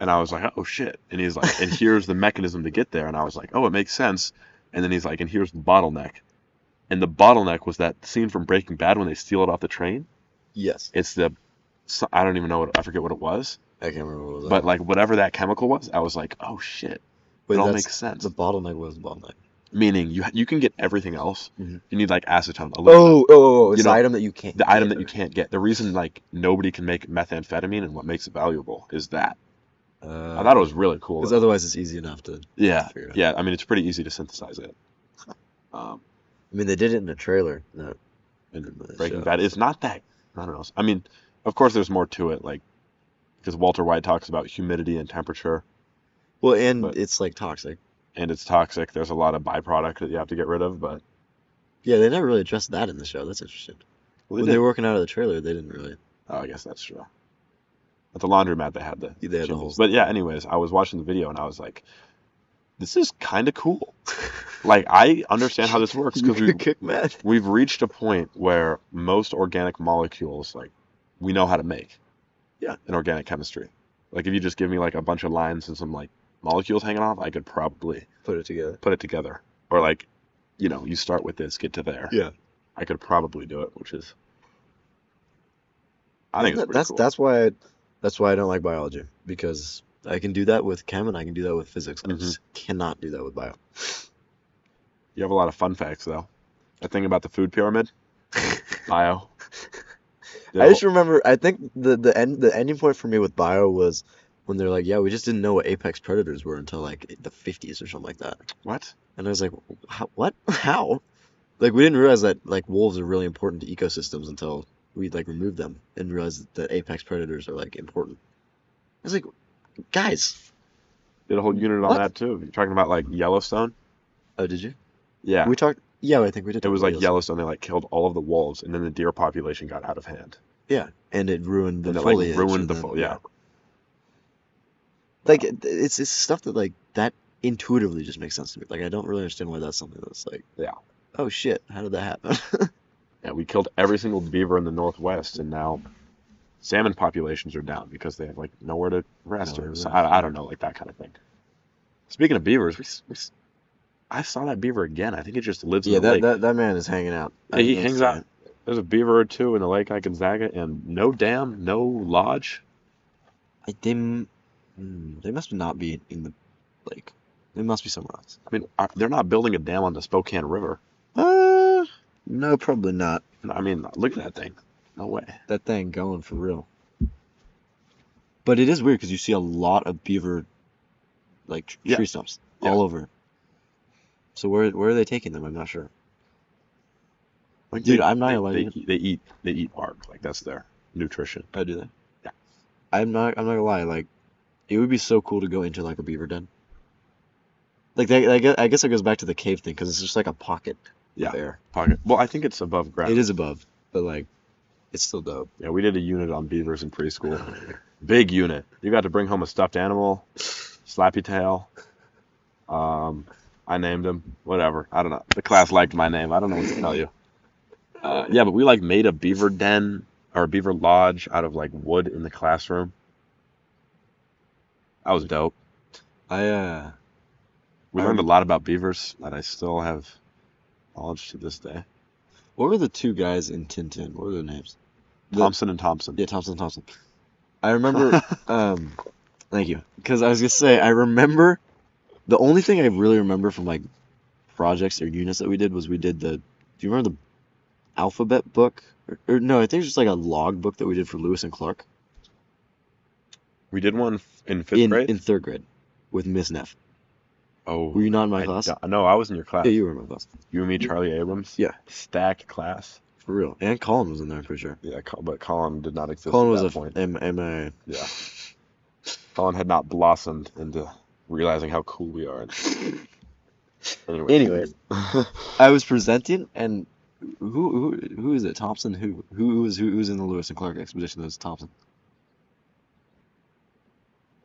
and I was like, oh shit. And he's like, and here's the mechanism to get there. And I was like, oh, it makes sense. And then he's like, and here's the bottleneck. And the bottleneck was that scene from Breaking Bad when they steal it off the train. Yes. It's the, so- I don't even know what, I forget what it was. I can't remember what it was. But like whatever that chemical was, I was like, oh shit. Wait, it all that's- makes sense. The bottleneck was the bottleneck. Meaning you you can get everything else. Mhm. You need like acetone, a little Oh, oh, oh, You it's know, the item that you can't. the item get. that you can't get. The reason like nobody can make methamphetamine and what makes it valuable is that. Uh, I thought it was really cool. because otherwise it's easy enough to. yeah, figure it out. yeah. I mean, it's pretty easy to synthesize it. Um, I mean, they did it in a trailer. No, and But, Breaking yeah. Bad is not that. I don't know. I mean, of course, there's more to it, like because Walter White talks about humidity and temperature, well, and But- it's like toxic. and it's toxic. There's a lot of byproduct that you have to get rid of, but Yeah, they never really addressed that in the show. That's interesting. well, When they they did. were working out of the trailer, they didn't really. Oh, I guess that's true. At the laundromat, they had the. They had the jingles. whole- But yeah, anyways, I was watching the video and I was like, this is kind of cool. Like I understand how this works because You we could kick mad. we've reached a point where most organic molecules like we know how to make Yeah. in organic chemistry like if you just give me like a bunch of lines and some like molecules hanging off i could probably Put it together. put it together or like you know you start with this get to there Yeah. i could probably do it which is i think it's That- pretty that's cool. that's why I, that's why I don't like biology because I can do that with chem and I can do that with physics. I Mhm. just cannot do that with bio. you have a lot of fun facts though the thing about the food pyramid bio I just remember. I think the the end the ending point for me with bio was when they're like, "Yeah, we just didn't know what apex predators were until like the '50s or something like that." what And I was like, how, "What? How?" Like we didn't realize that like wolves are really important to ecosystems until we like removed them and realized that apex predators are like important. I was like, "Guys, did a whole unit on What? that too you're talking about like yellowstone oh, did you? yeah We talked. Yeah, I think we did. It talk was about like Yellowstone. They like killed all of the wolves, and then the deer population got out of hand, Yeah, and it ruined the and it like foliage. ruined and the then- fo- yeah. Like it- it's it's stuff that like that intuitively just makes sense to me. Like I don't really understand why that's something that's like Yeah. Oh shit, how did that happen? yeah, We killed every single beaver in the Northwest, and now salmon populations are down because they have like nowhere to rest Nowhere or to so- rest, I, I don't know, like that kind of thing. Speaking of beavers, we, s- we s- I saw that beaver again. I think it just lives yeah, in the that, lake. that that man is hanging out. Yeah, he hangs out. There's a beaver or two in the lake at Gonzaga, and no dam, no lodge. I they m- mm, they must not be in the lake. They must be somewhere else. I mean, are, they're not building a dam on the Spokane River. Uh, no, probably not. I mean, look at that thing. No way. That thing going for real. But it is weird because you see a lot of beaver, like tr- Yeah. tree stumps Yeah. all over. So where where are they taking them? I'm not sure. Like Dude, they, I'm not they, gonna lie to they, you. eat- they eat they eat bark like that's their nutrition. Oh, do they? Yeah. I'm not. I'm not gonna lie. Like, it would be so cool to go into like a beaver den. Like that. I guess, I guess it goes back to the cave thing because it's just like a pocket Yeah. of air. Pocket. Well, I think it's above ground. It is above, but like, it's still dope. Yeah, we did a unit on beavers in preschool. Big unit. You got to bring home a stuffed animal, slappy tail. Um, I named him whatever. I don't know. The class liked my name. I don't know what to tell you. Uh, yeah, but we like made a beaver den or a beaver lodge out of like wood in the classroom. That was dope. I uh, We learned a lot about beavers that I still have knowledge to this day. what were the two guys in Tintin? What were their names? The- Thompson and Thompson. yeah, Thompson Thompson. I remember. um, thank you. Because I was gonna say I remember. The only thing I really remember from like projects or units that we did was we did the. Do you remember the alphabet book? Or, or no, I think it's just like a log book that we did for Lewis and Clark We did one f- in fifth in grade. in third grade with Miss Neff. oh, Were you not in my I class? don't- no, I was in your class. Yeah, you, you were in my class and me, Charlie Abrams. Yeah. Stacked class. for real. And Colin was in there, I'm pretty sure. Yeah, Col- but Colin did not exist Colin was at that a point. M- MIA. Yeah. Colin had not blossomed into realizing how cool we are. Anyway. Anyway, I was presenting, and who who who is it? Thompson? Who who who was who, who was in the Lewis and Clark expedition? That was Thompson.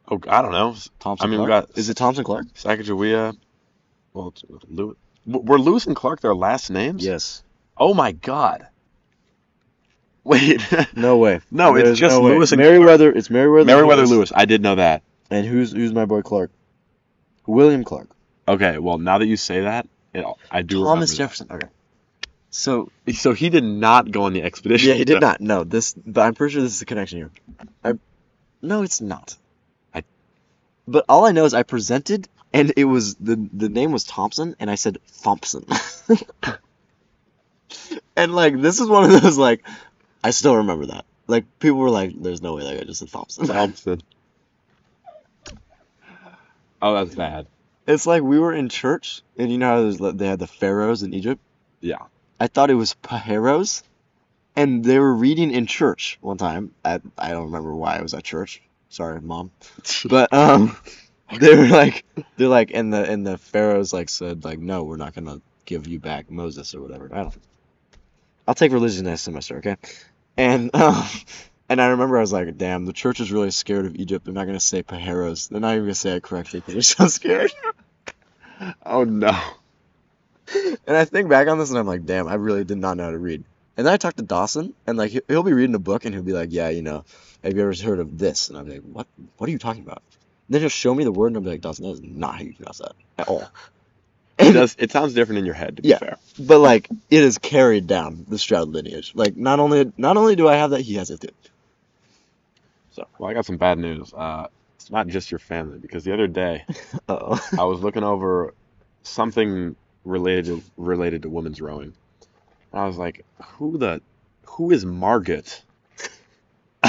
Oh, I don't know. Thompson. I mean, we Clark? got- Is it Thompson Clark? Sacagawea. Well, it's Lew- W- were Lewis and Clark their last names? Yes. Oh my God. Wait. No way. No, it's There's just way. Lewis and Meriwether. It's Meriwether. Meriwether Lewis. I did know that. And who's who's my boy Clark? William Clark. Okay. Well, now that you say that, it, I do. remember that. Jefferson. Okay. So So he did not go on the expedition. yeah, he did No. not. No, this. But I'm pretty sure this is the connection here. I No, it's not. I. But all I know is I presented, and it was the the name was Thompson, and I said Thompson. and like this is one of those like, I still remember that. Like people were like, "There's no way that guy just said Thompson." Thompson. Oh, that's bad. it's like we were in church, and you know how there's, like, they had the pharaohs in Egypt. Yeah. I thought it was Pajeros, and they were reading in church one time. I I don't remember why I was at church. Sorry, mom. But um, they were like, they're like, and the and the pharaohs like said like, no, we're not gonna give you back Moses or whatever. I don't. I'll take religion next semester, okay? And um, and I remember I was like, damn, the church is really scared of Egypt. They're not gonna say Pajeros. They're not even gonna say it correctly because they're so scared. Oh no. And I think back on this and I'm like, damn, I really did not know how to read. And then I talked to Dawson and like he- he'll be reading a book and he'll be like, yeah, you know, have you ever heard of this? And I'm like, what? What are you talking about? And then he'll show me the word and I'll be like, Dawson, that is not how you pronounce that at all. It does. It sounds different in your head. To Oh. be Yeah. fair. But like, it is carried down the Stroud lineage. Like, not only not only do I have that, he has it too. Well, I got some bad news. Uh, it's not just your family because the other day Oh, I was looking over something related to, related to women's rowing. And I was like, who the who is Margot?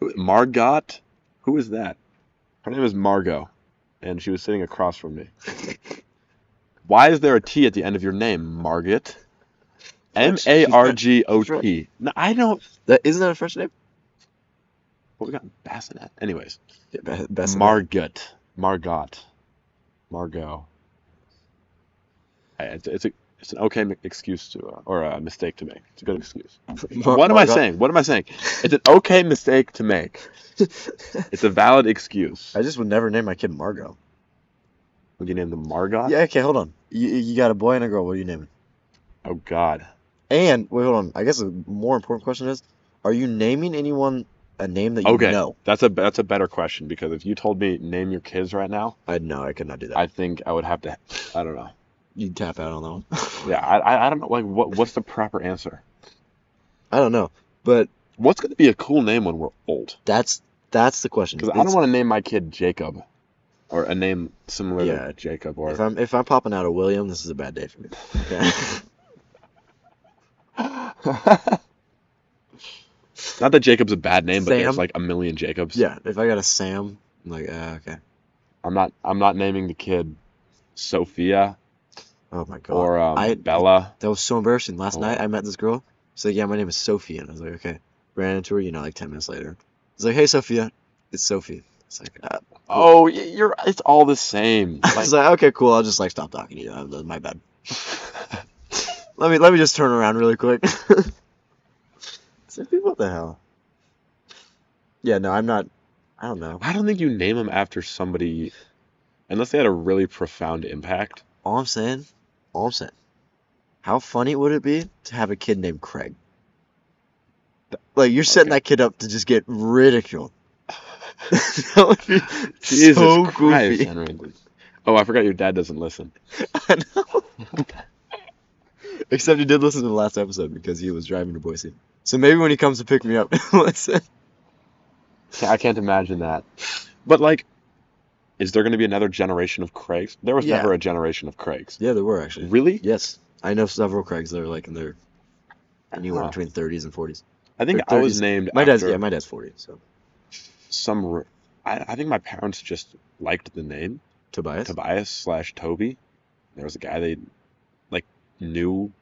Who- Margot? Who is that? Her name is Margot, and she was sitting across from me. Why is there a T at the end of your name, Margot? M A R G O T. No, I don't. that isn't that a French name? Well, we got bassinet. Anyways. Yeah, Be- Bessemer. Margot. Margot. Margot. Hey, It's, it's, a, it's an okay mi- excuse to, uh, or a mistake to make. It's a good excuse. Mar- what am Margot. I saying? What am I saying? It's an okay mistake to make. It's a valid excuse. I just would never name my kid Margot. Would you name them Margot? Yeah, okay, hold on. You, you got a boy and a girl. What do you name him? Oh, God. And wait, hold on. I guess a more important question is, are you naming anyone a name that you Okay. know? That's a that's a better question because if you told me name your kids right now, I no, I could not do that. I think I would have to. I don't know. You'd tap out on that one. Yeah, I I, I don't know. Like, what what's the proper answer? I don't know, but What's going to be a cool name when we're old? that's that's the question. Because I don't It's- want to name my kid Jacob, or a name similar Yeah. to Jacob, If or I'm if I'm popping out a William, this is a bad day for me. Okay. not that Jacob's a bad name, but Sam. there's like a million Jacobs. yeah, if I got a Sam, I'm like uh, okay. I'm not. I'm not naming the kid Sophia Oh my god. or um, I- Bella. That was so embarrassing. Last Oh. night I met this girl. She's like, yeah, my name is Sophie, and I was like, okay. Ran into her, you know, like ten minutes later. It's like, hey, Sophia, it's Sophie. It's like, uh, Oh, y- you're. It's all the same. I was like, okay, cool. I'll just like stop talking to you. Uh, My bad. Let me let me just turn around really quick. It's like, what the hell? Yeah, no, I'm not. I don't know. I don't think you name them after somebody, unless they had a really profound impact. All I'm saying, all I'm saying, how funny would it be to have a kid named Craig? Like you're setting Okay. that kid up to just get ridiculed. that would be Jesus so Christ, goofy. Henry. Oh, I forgot your dad doesn't listen. I know. Except he did listen to the last episode because he was driving to Boise. So maybe when he comes to pick me up, he'll listen. I can't imagine that. But like, is there going to be another generation of Craigs? There was Yeah. never a generation of Craigs. Yeah, there were actually. Really? Yes, I know several Craigs that are like in their anywhere Huh. between 30s and 40s. I think They're I was 30s. named My dad's after yeah, my dad's 40, so some. r- I, I think my parents just liked the name Tobias. Tobias slash Toby. There was a guy they like knew.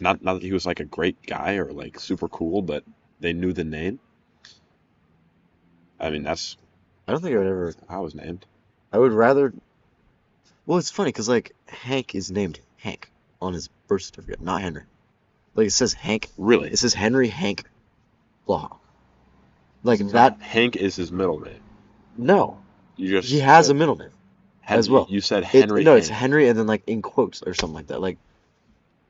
Not not that he was like a great guy or like super cool, but they knew the name. I mean, that's I don't think I would ever. how I was named. I would rather. Well, it's funny because like Hank is named Hank on his birth certificate, not Henry. Like it says Hank. Really? It says Henry Hank Blaha. Like that. Hank is his middle name. No, You just he has a said middle name Hen- as well. You said It- Henry. no, it's Hank. Henry, and then like in quotes or something like that. Like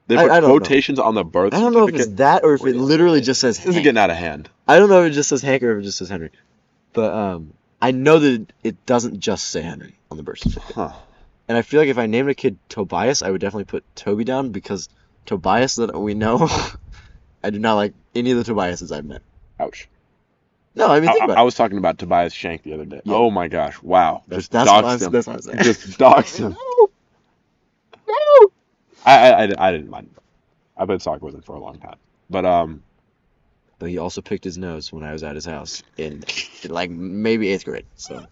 They I- put I don't know. quotations on the birth I don't know if it's certificate. that or if it Wait, literally just says This is Hank. getting out of hand. I don't know if it just says Hank or if it just says Henry, but um, I know that it doesn't just say Henry on the birth certificate. Huh. And I feel like if I named a kid Tobias, I would definitely put Toby down because Tobias that we know, I do not like any of the Tobiases I've met. Ouch. No, I mean, I, think about I it. was talking about Tobias Shank the other day. Yeah. Oh my gosh! Wow, That's, just that's, what I'm, doxed him. that's what I'm saying. Just doxed him. No. No. I, I, I di- I didn't mind. I've been soccer with him for a long time, but um, But he also picked his nose when I was at his house in like maybe eighth grade. So,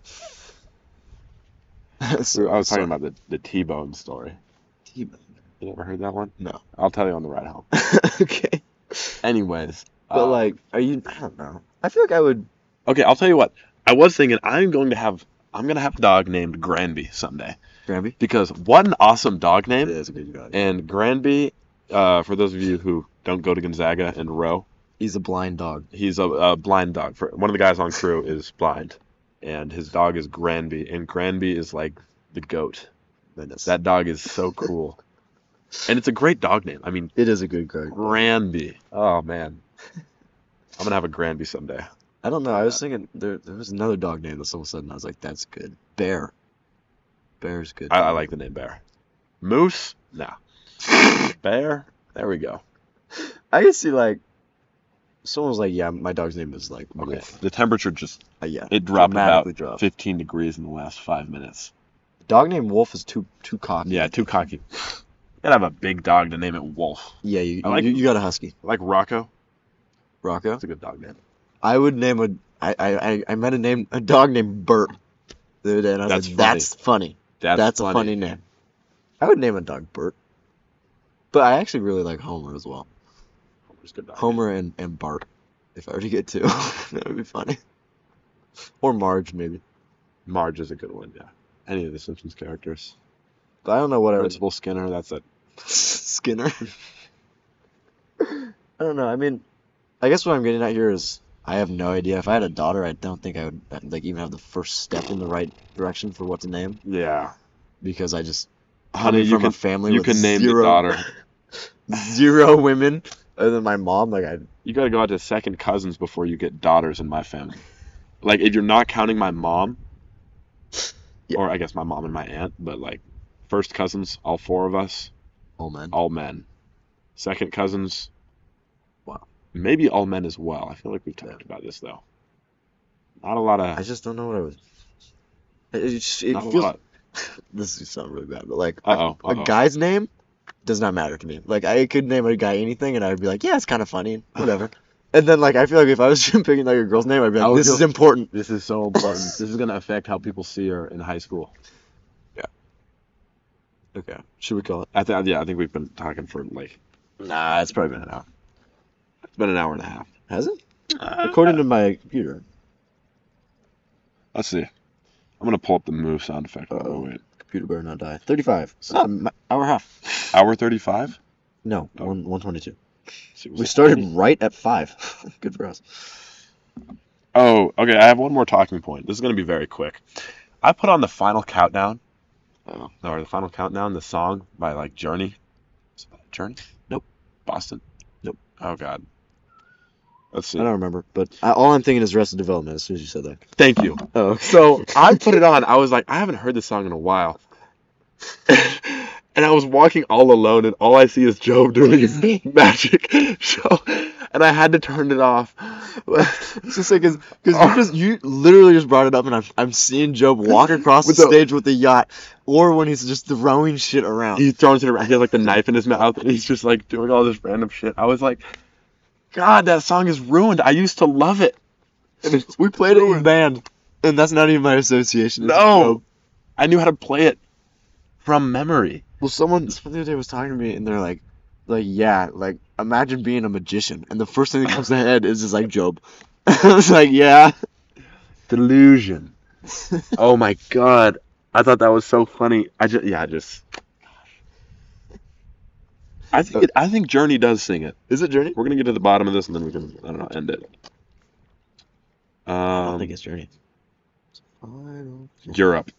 we So- were- I was so- talking about the the T Bone story. You ever heard that one? No. I'll tell you on the ride home. okay, Anyways, but uh, like, are you? I don't know. I feel like I would. okay, I'll tell you what. I was thinking I'm going to have I'm gonna have a dog named Granby someday Granby. because what an awesome dog name. is a good guy. And Granby, uh, for those of you who don't go to Gonzaga and Row, He's a blind dog. he's a, a blind dog. For one of the guys on crew is blind, and his dog is Granby, and Granby is like the goat. Goodness. That dog is so cool, and it's a great dog name. I mean, it is a good guy. Granby. Oh man, I'm gonna have a Granby someday. I don't know. I Uh, was thinking there there was another dog name that's all of a sudden I was like, that's good. Bear. Bear's good. I, I like the name Bear. Moose? Nah. Bear? There we go. I can see like someone was like, yeah, my dog's name is like Okay. Wolf. The temperature just Uh, yeah. it dropped about Dramatically dropped. 15 degrees in the last five minutes. Dog named Wolf is too too cocky. Yeah, too cocky. Gotta have a big dog to name it Wolf. Yeah, you, I like- you, you got a husky, Like Rocco. Rocco. That's a good dog name. I would name a I I I- I met a name a dog named Bert the other day, and I was That's like, funny. that's funny. That's, That's, a funny name. I would name a dog Bert. But I actually really like Homer as well. Homer's a good dog. Homer and, and Bart. If I were to get two, that would be funny. Or Marge maybe. Marge is a good one, yeah. Any of the Simpsons characters. But I don't know what I would Principal Skinner, that's it. Skinner. I don't know. I mean, I guess what I'm getting at here is I have no idea. If I had a daughter, I don't think I would uh, like even have the first step in the right direction for what to name. Yeah. because I just Honey, coming you from a can- family You with can name zero, your daughter. zero women other than my mom. Like I, You gotta go out to second cousins before you get daughters in my family. Like if you're not counting my mom, Yeah. or I guess my mom and my aunt, but like first cousins, all four of us, oh man, all men. Second cousins, Wow. maybe all men as well. I feel like we've talked about this though. Not a lot of. I just don't know what I was. It, it, just- it not a feels. lot. This is sound really bad, but like a, Uh-oh, a uh-oh. guy's name does not matter to me. Like I could name a guy anything, and I'd be like, yeah, it's kind of funny, whatever. and then like I feel like if I was picking like a girl's name, I'd be I like, would this go- is important. This is so important. this is gonna affect how people see her in high school. Okay, should we call it? I think yeah, I think we've been talking for like Nah, it's probably been an hour. it's been an hour and a half. Has it? Uh, According to my computer. let's see, I'm gonna pull up the move sound effect. Uh-oh. Oh, wait. Computer better not die. Thirty-five. It's not an hour and a half. Hour thirty-five. No, Oh. one one twenty-two. Let's see, was We it started 20? right at five. Good for us. Oh, okay. I have one more talking point. This is gonna be very quick. I put on the final countdown, Oh. or the final countdown, the song by like Journey. Is it by Journey? Nope. Boston. Nope. Oh God. Let's I see. don't remember, but I, all I'm thinking is Arrested Development as soon as you said that. Thank you. Oh, So I put it on. I was like, I haven't heard this song in a while. and I was walking all alone, and all I see is Job doing his magic show. And I had to turn it off. it's just like, cause, 'cause you just you literally just brought it up, and I'm I'm seeing Job walk across the With the- stage with the yacht, or when he's just throwing shit around. He throws it around. He has like the knife in his mouth, and he's just like doing all this random shit. I was like, God, that song is ruined. I used to love it. And it's- We played it in band, and that's not even my association. It's no, Job. I knew how to play it from memory. Well, someone someone the other day was talking to me, and they're like, like yeah, like imagine being a magician, and the first thing that comes to my head is just like Job. I was like, yeah. Delusion. oh my god. I thought that was so funny. I just yeah, I just I think it, I think Journey does sing it. Is it Journey? We're gonna get to the bottom of this and then we can I don't know end it. Um, I don't think it's Journey. Final Europe.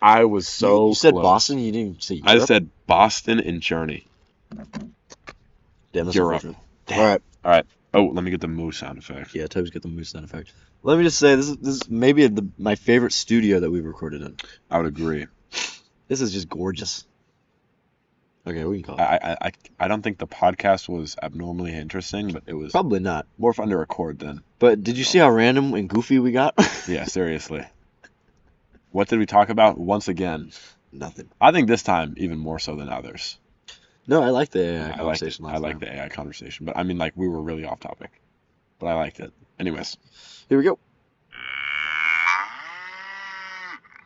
I was so you, you said close. Boston. You didn't even say Europe. I said Boston and Journey. Damn, that's Europe. unfortunate. All right. Oh, let me get the moo sound effect. Yeah, Toby's got the moose sound effect. Let me just say this is this is maybe the, my favorite studio that we recorded in. I would agree. This is just gorgeous. Okay, we can call it. I, I, I, I don't think the podcast was abnormally interesting, but it was Probably not. more fun to record then. But did you see how random and goofy we got? Yeah, seriously. What did we talk about once again? Nothing. I think this time even more so than others. No, I like the AI I like conversation I last like time. the AI conversation, but I mean like we were really off topic, but I liked it. Anyways, Here we go.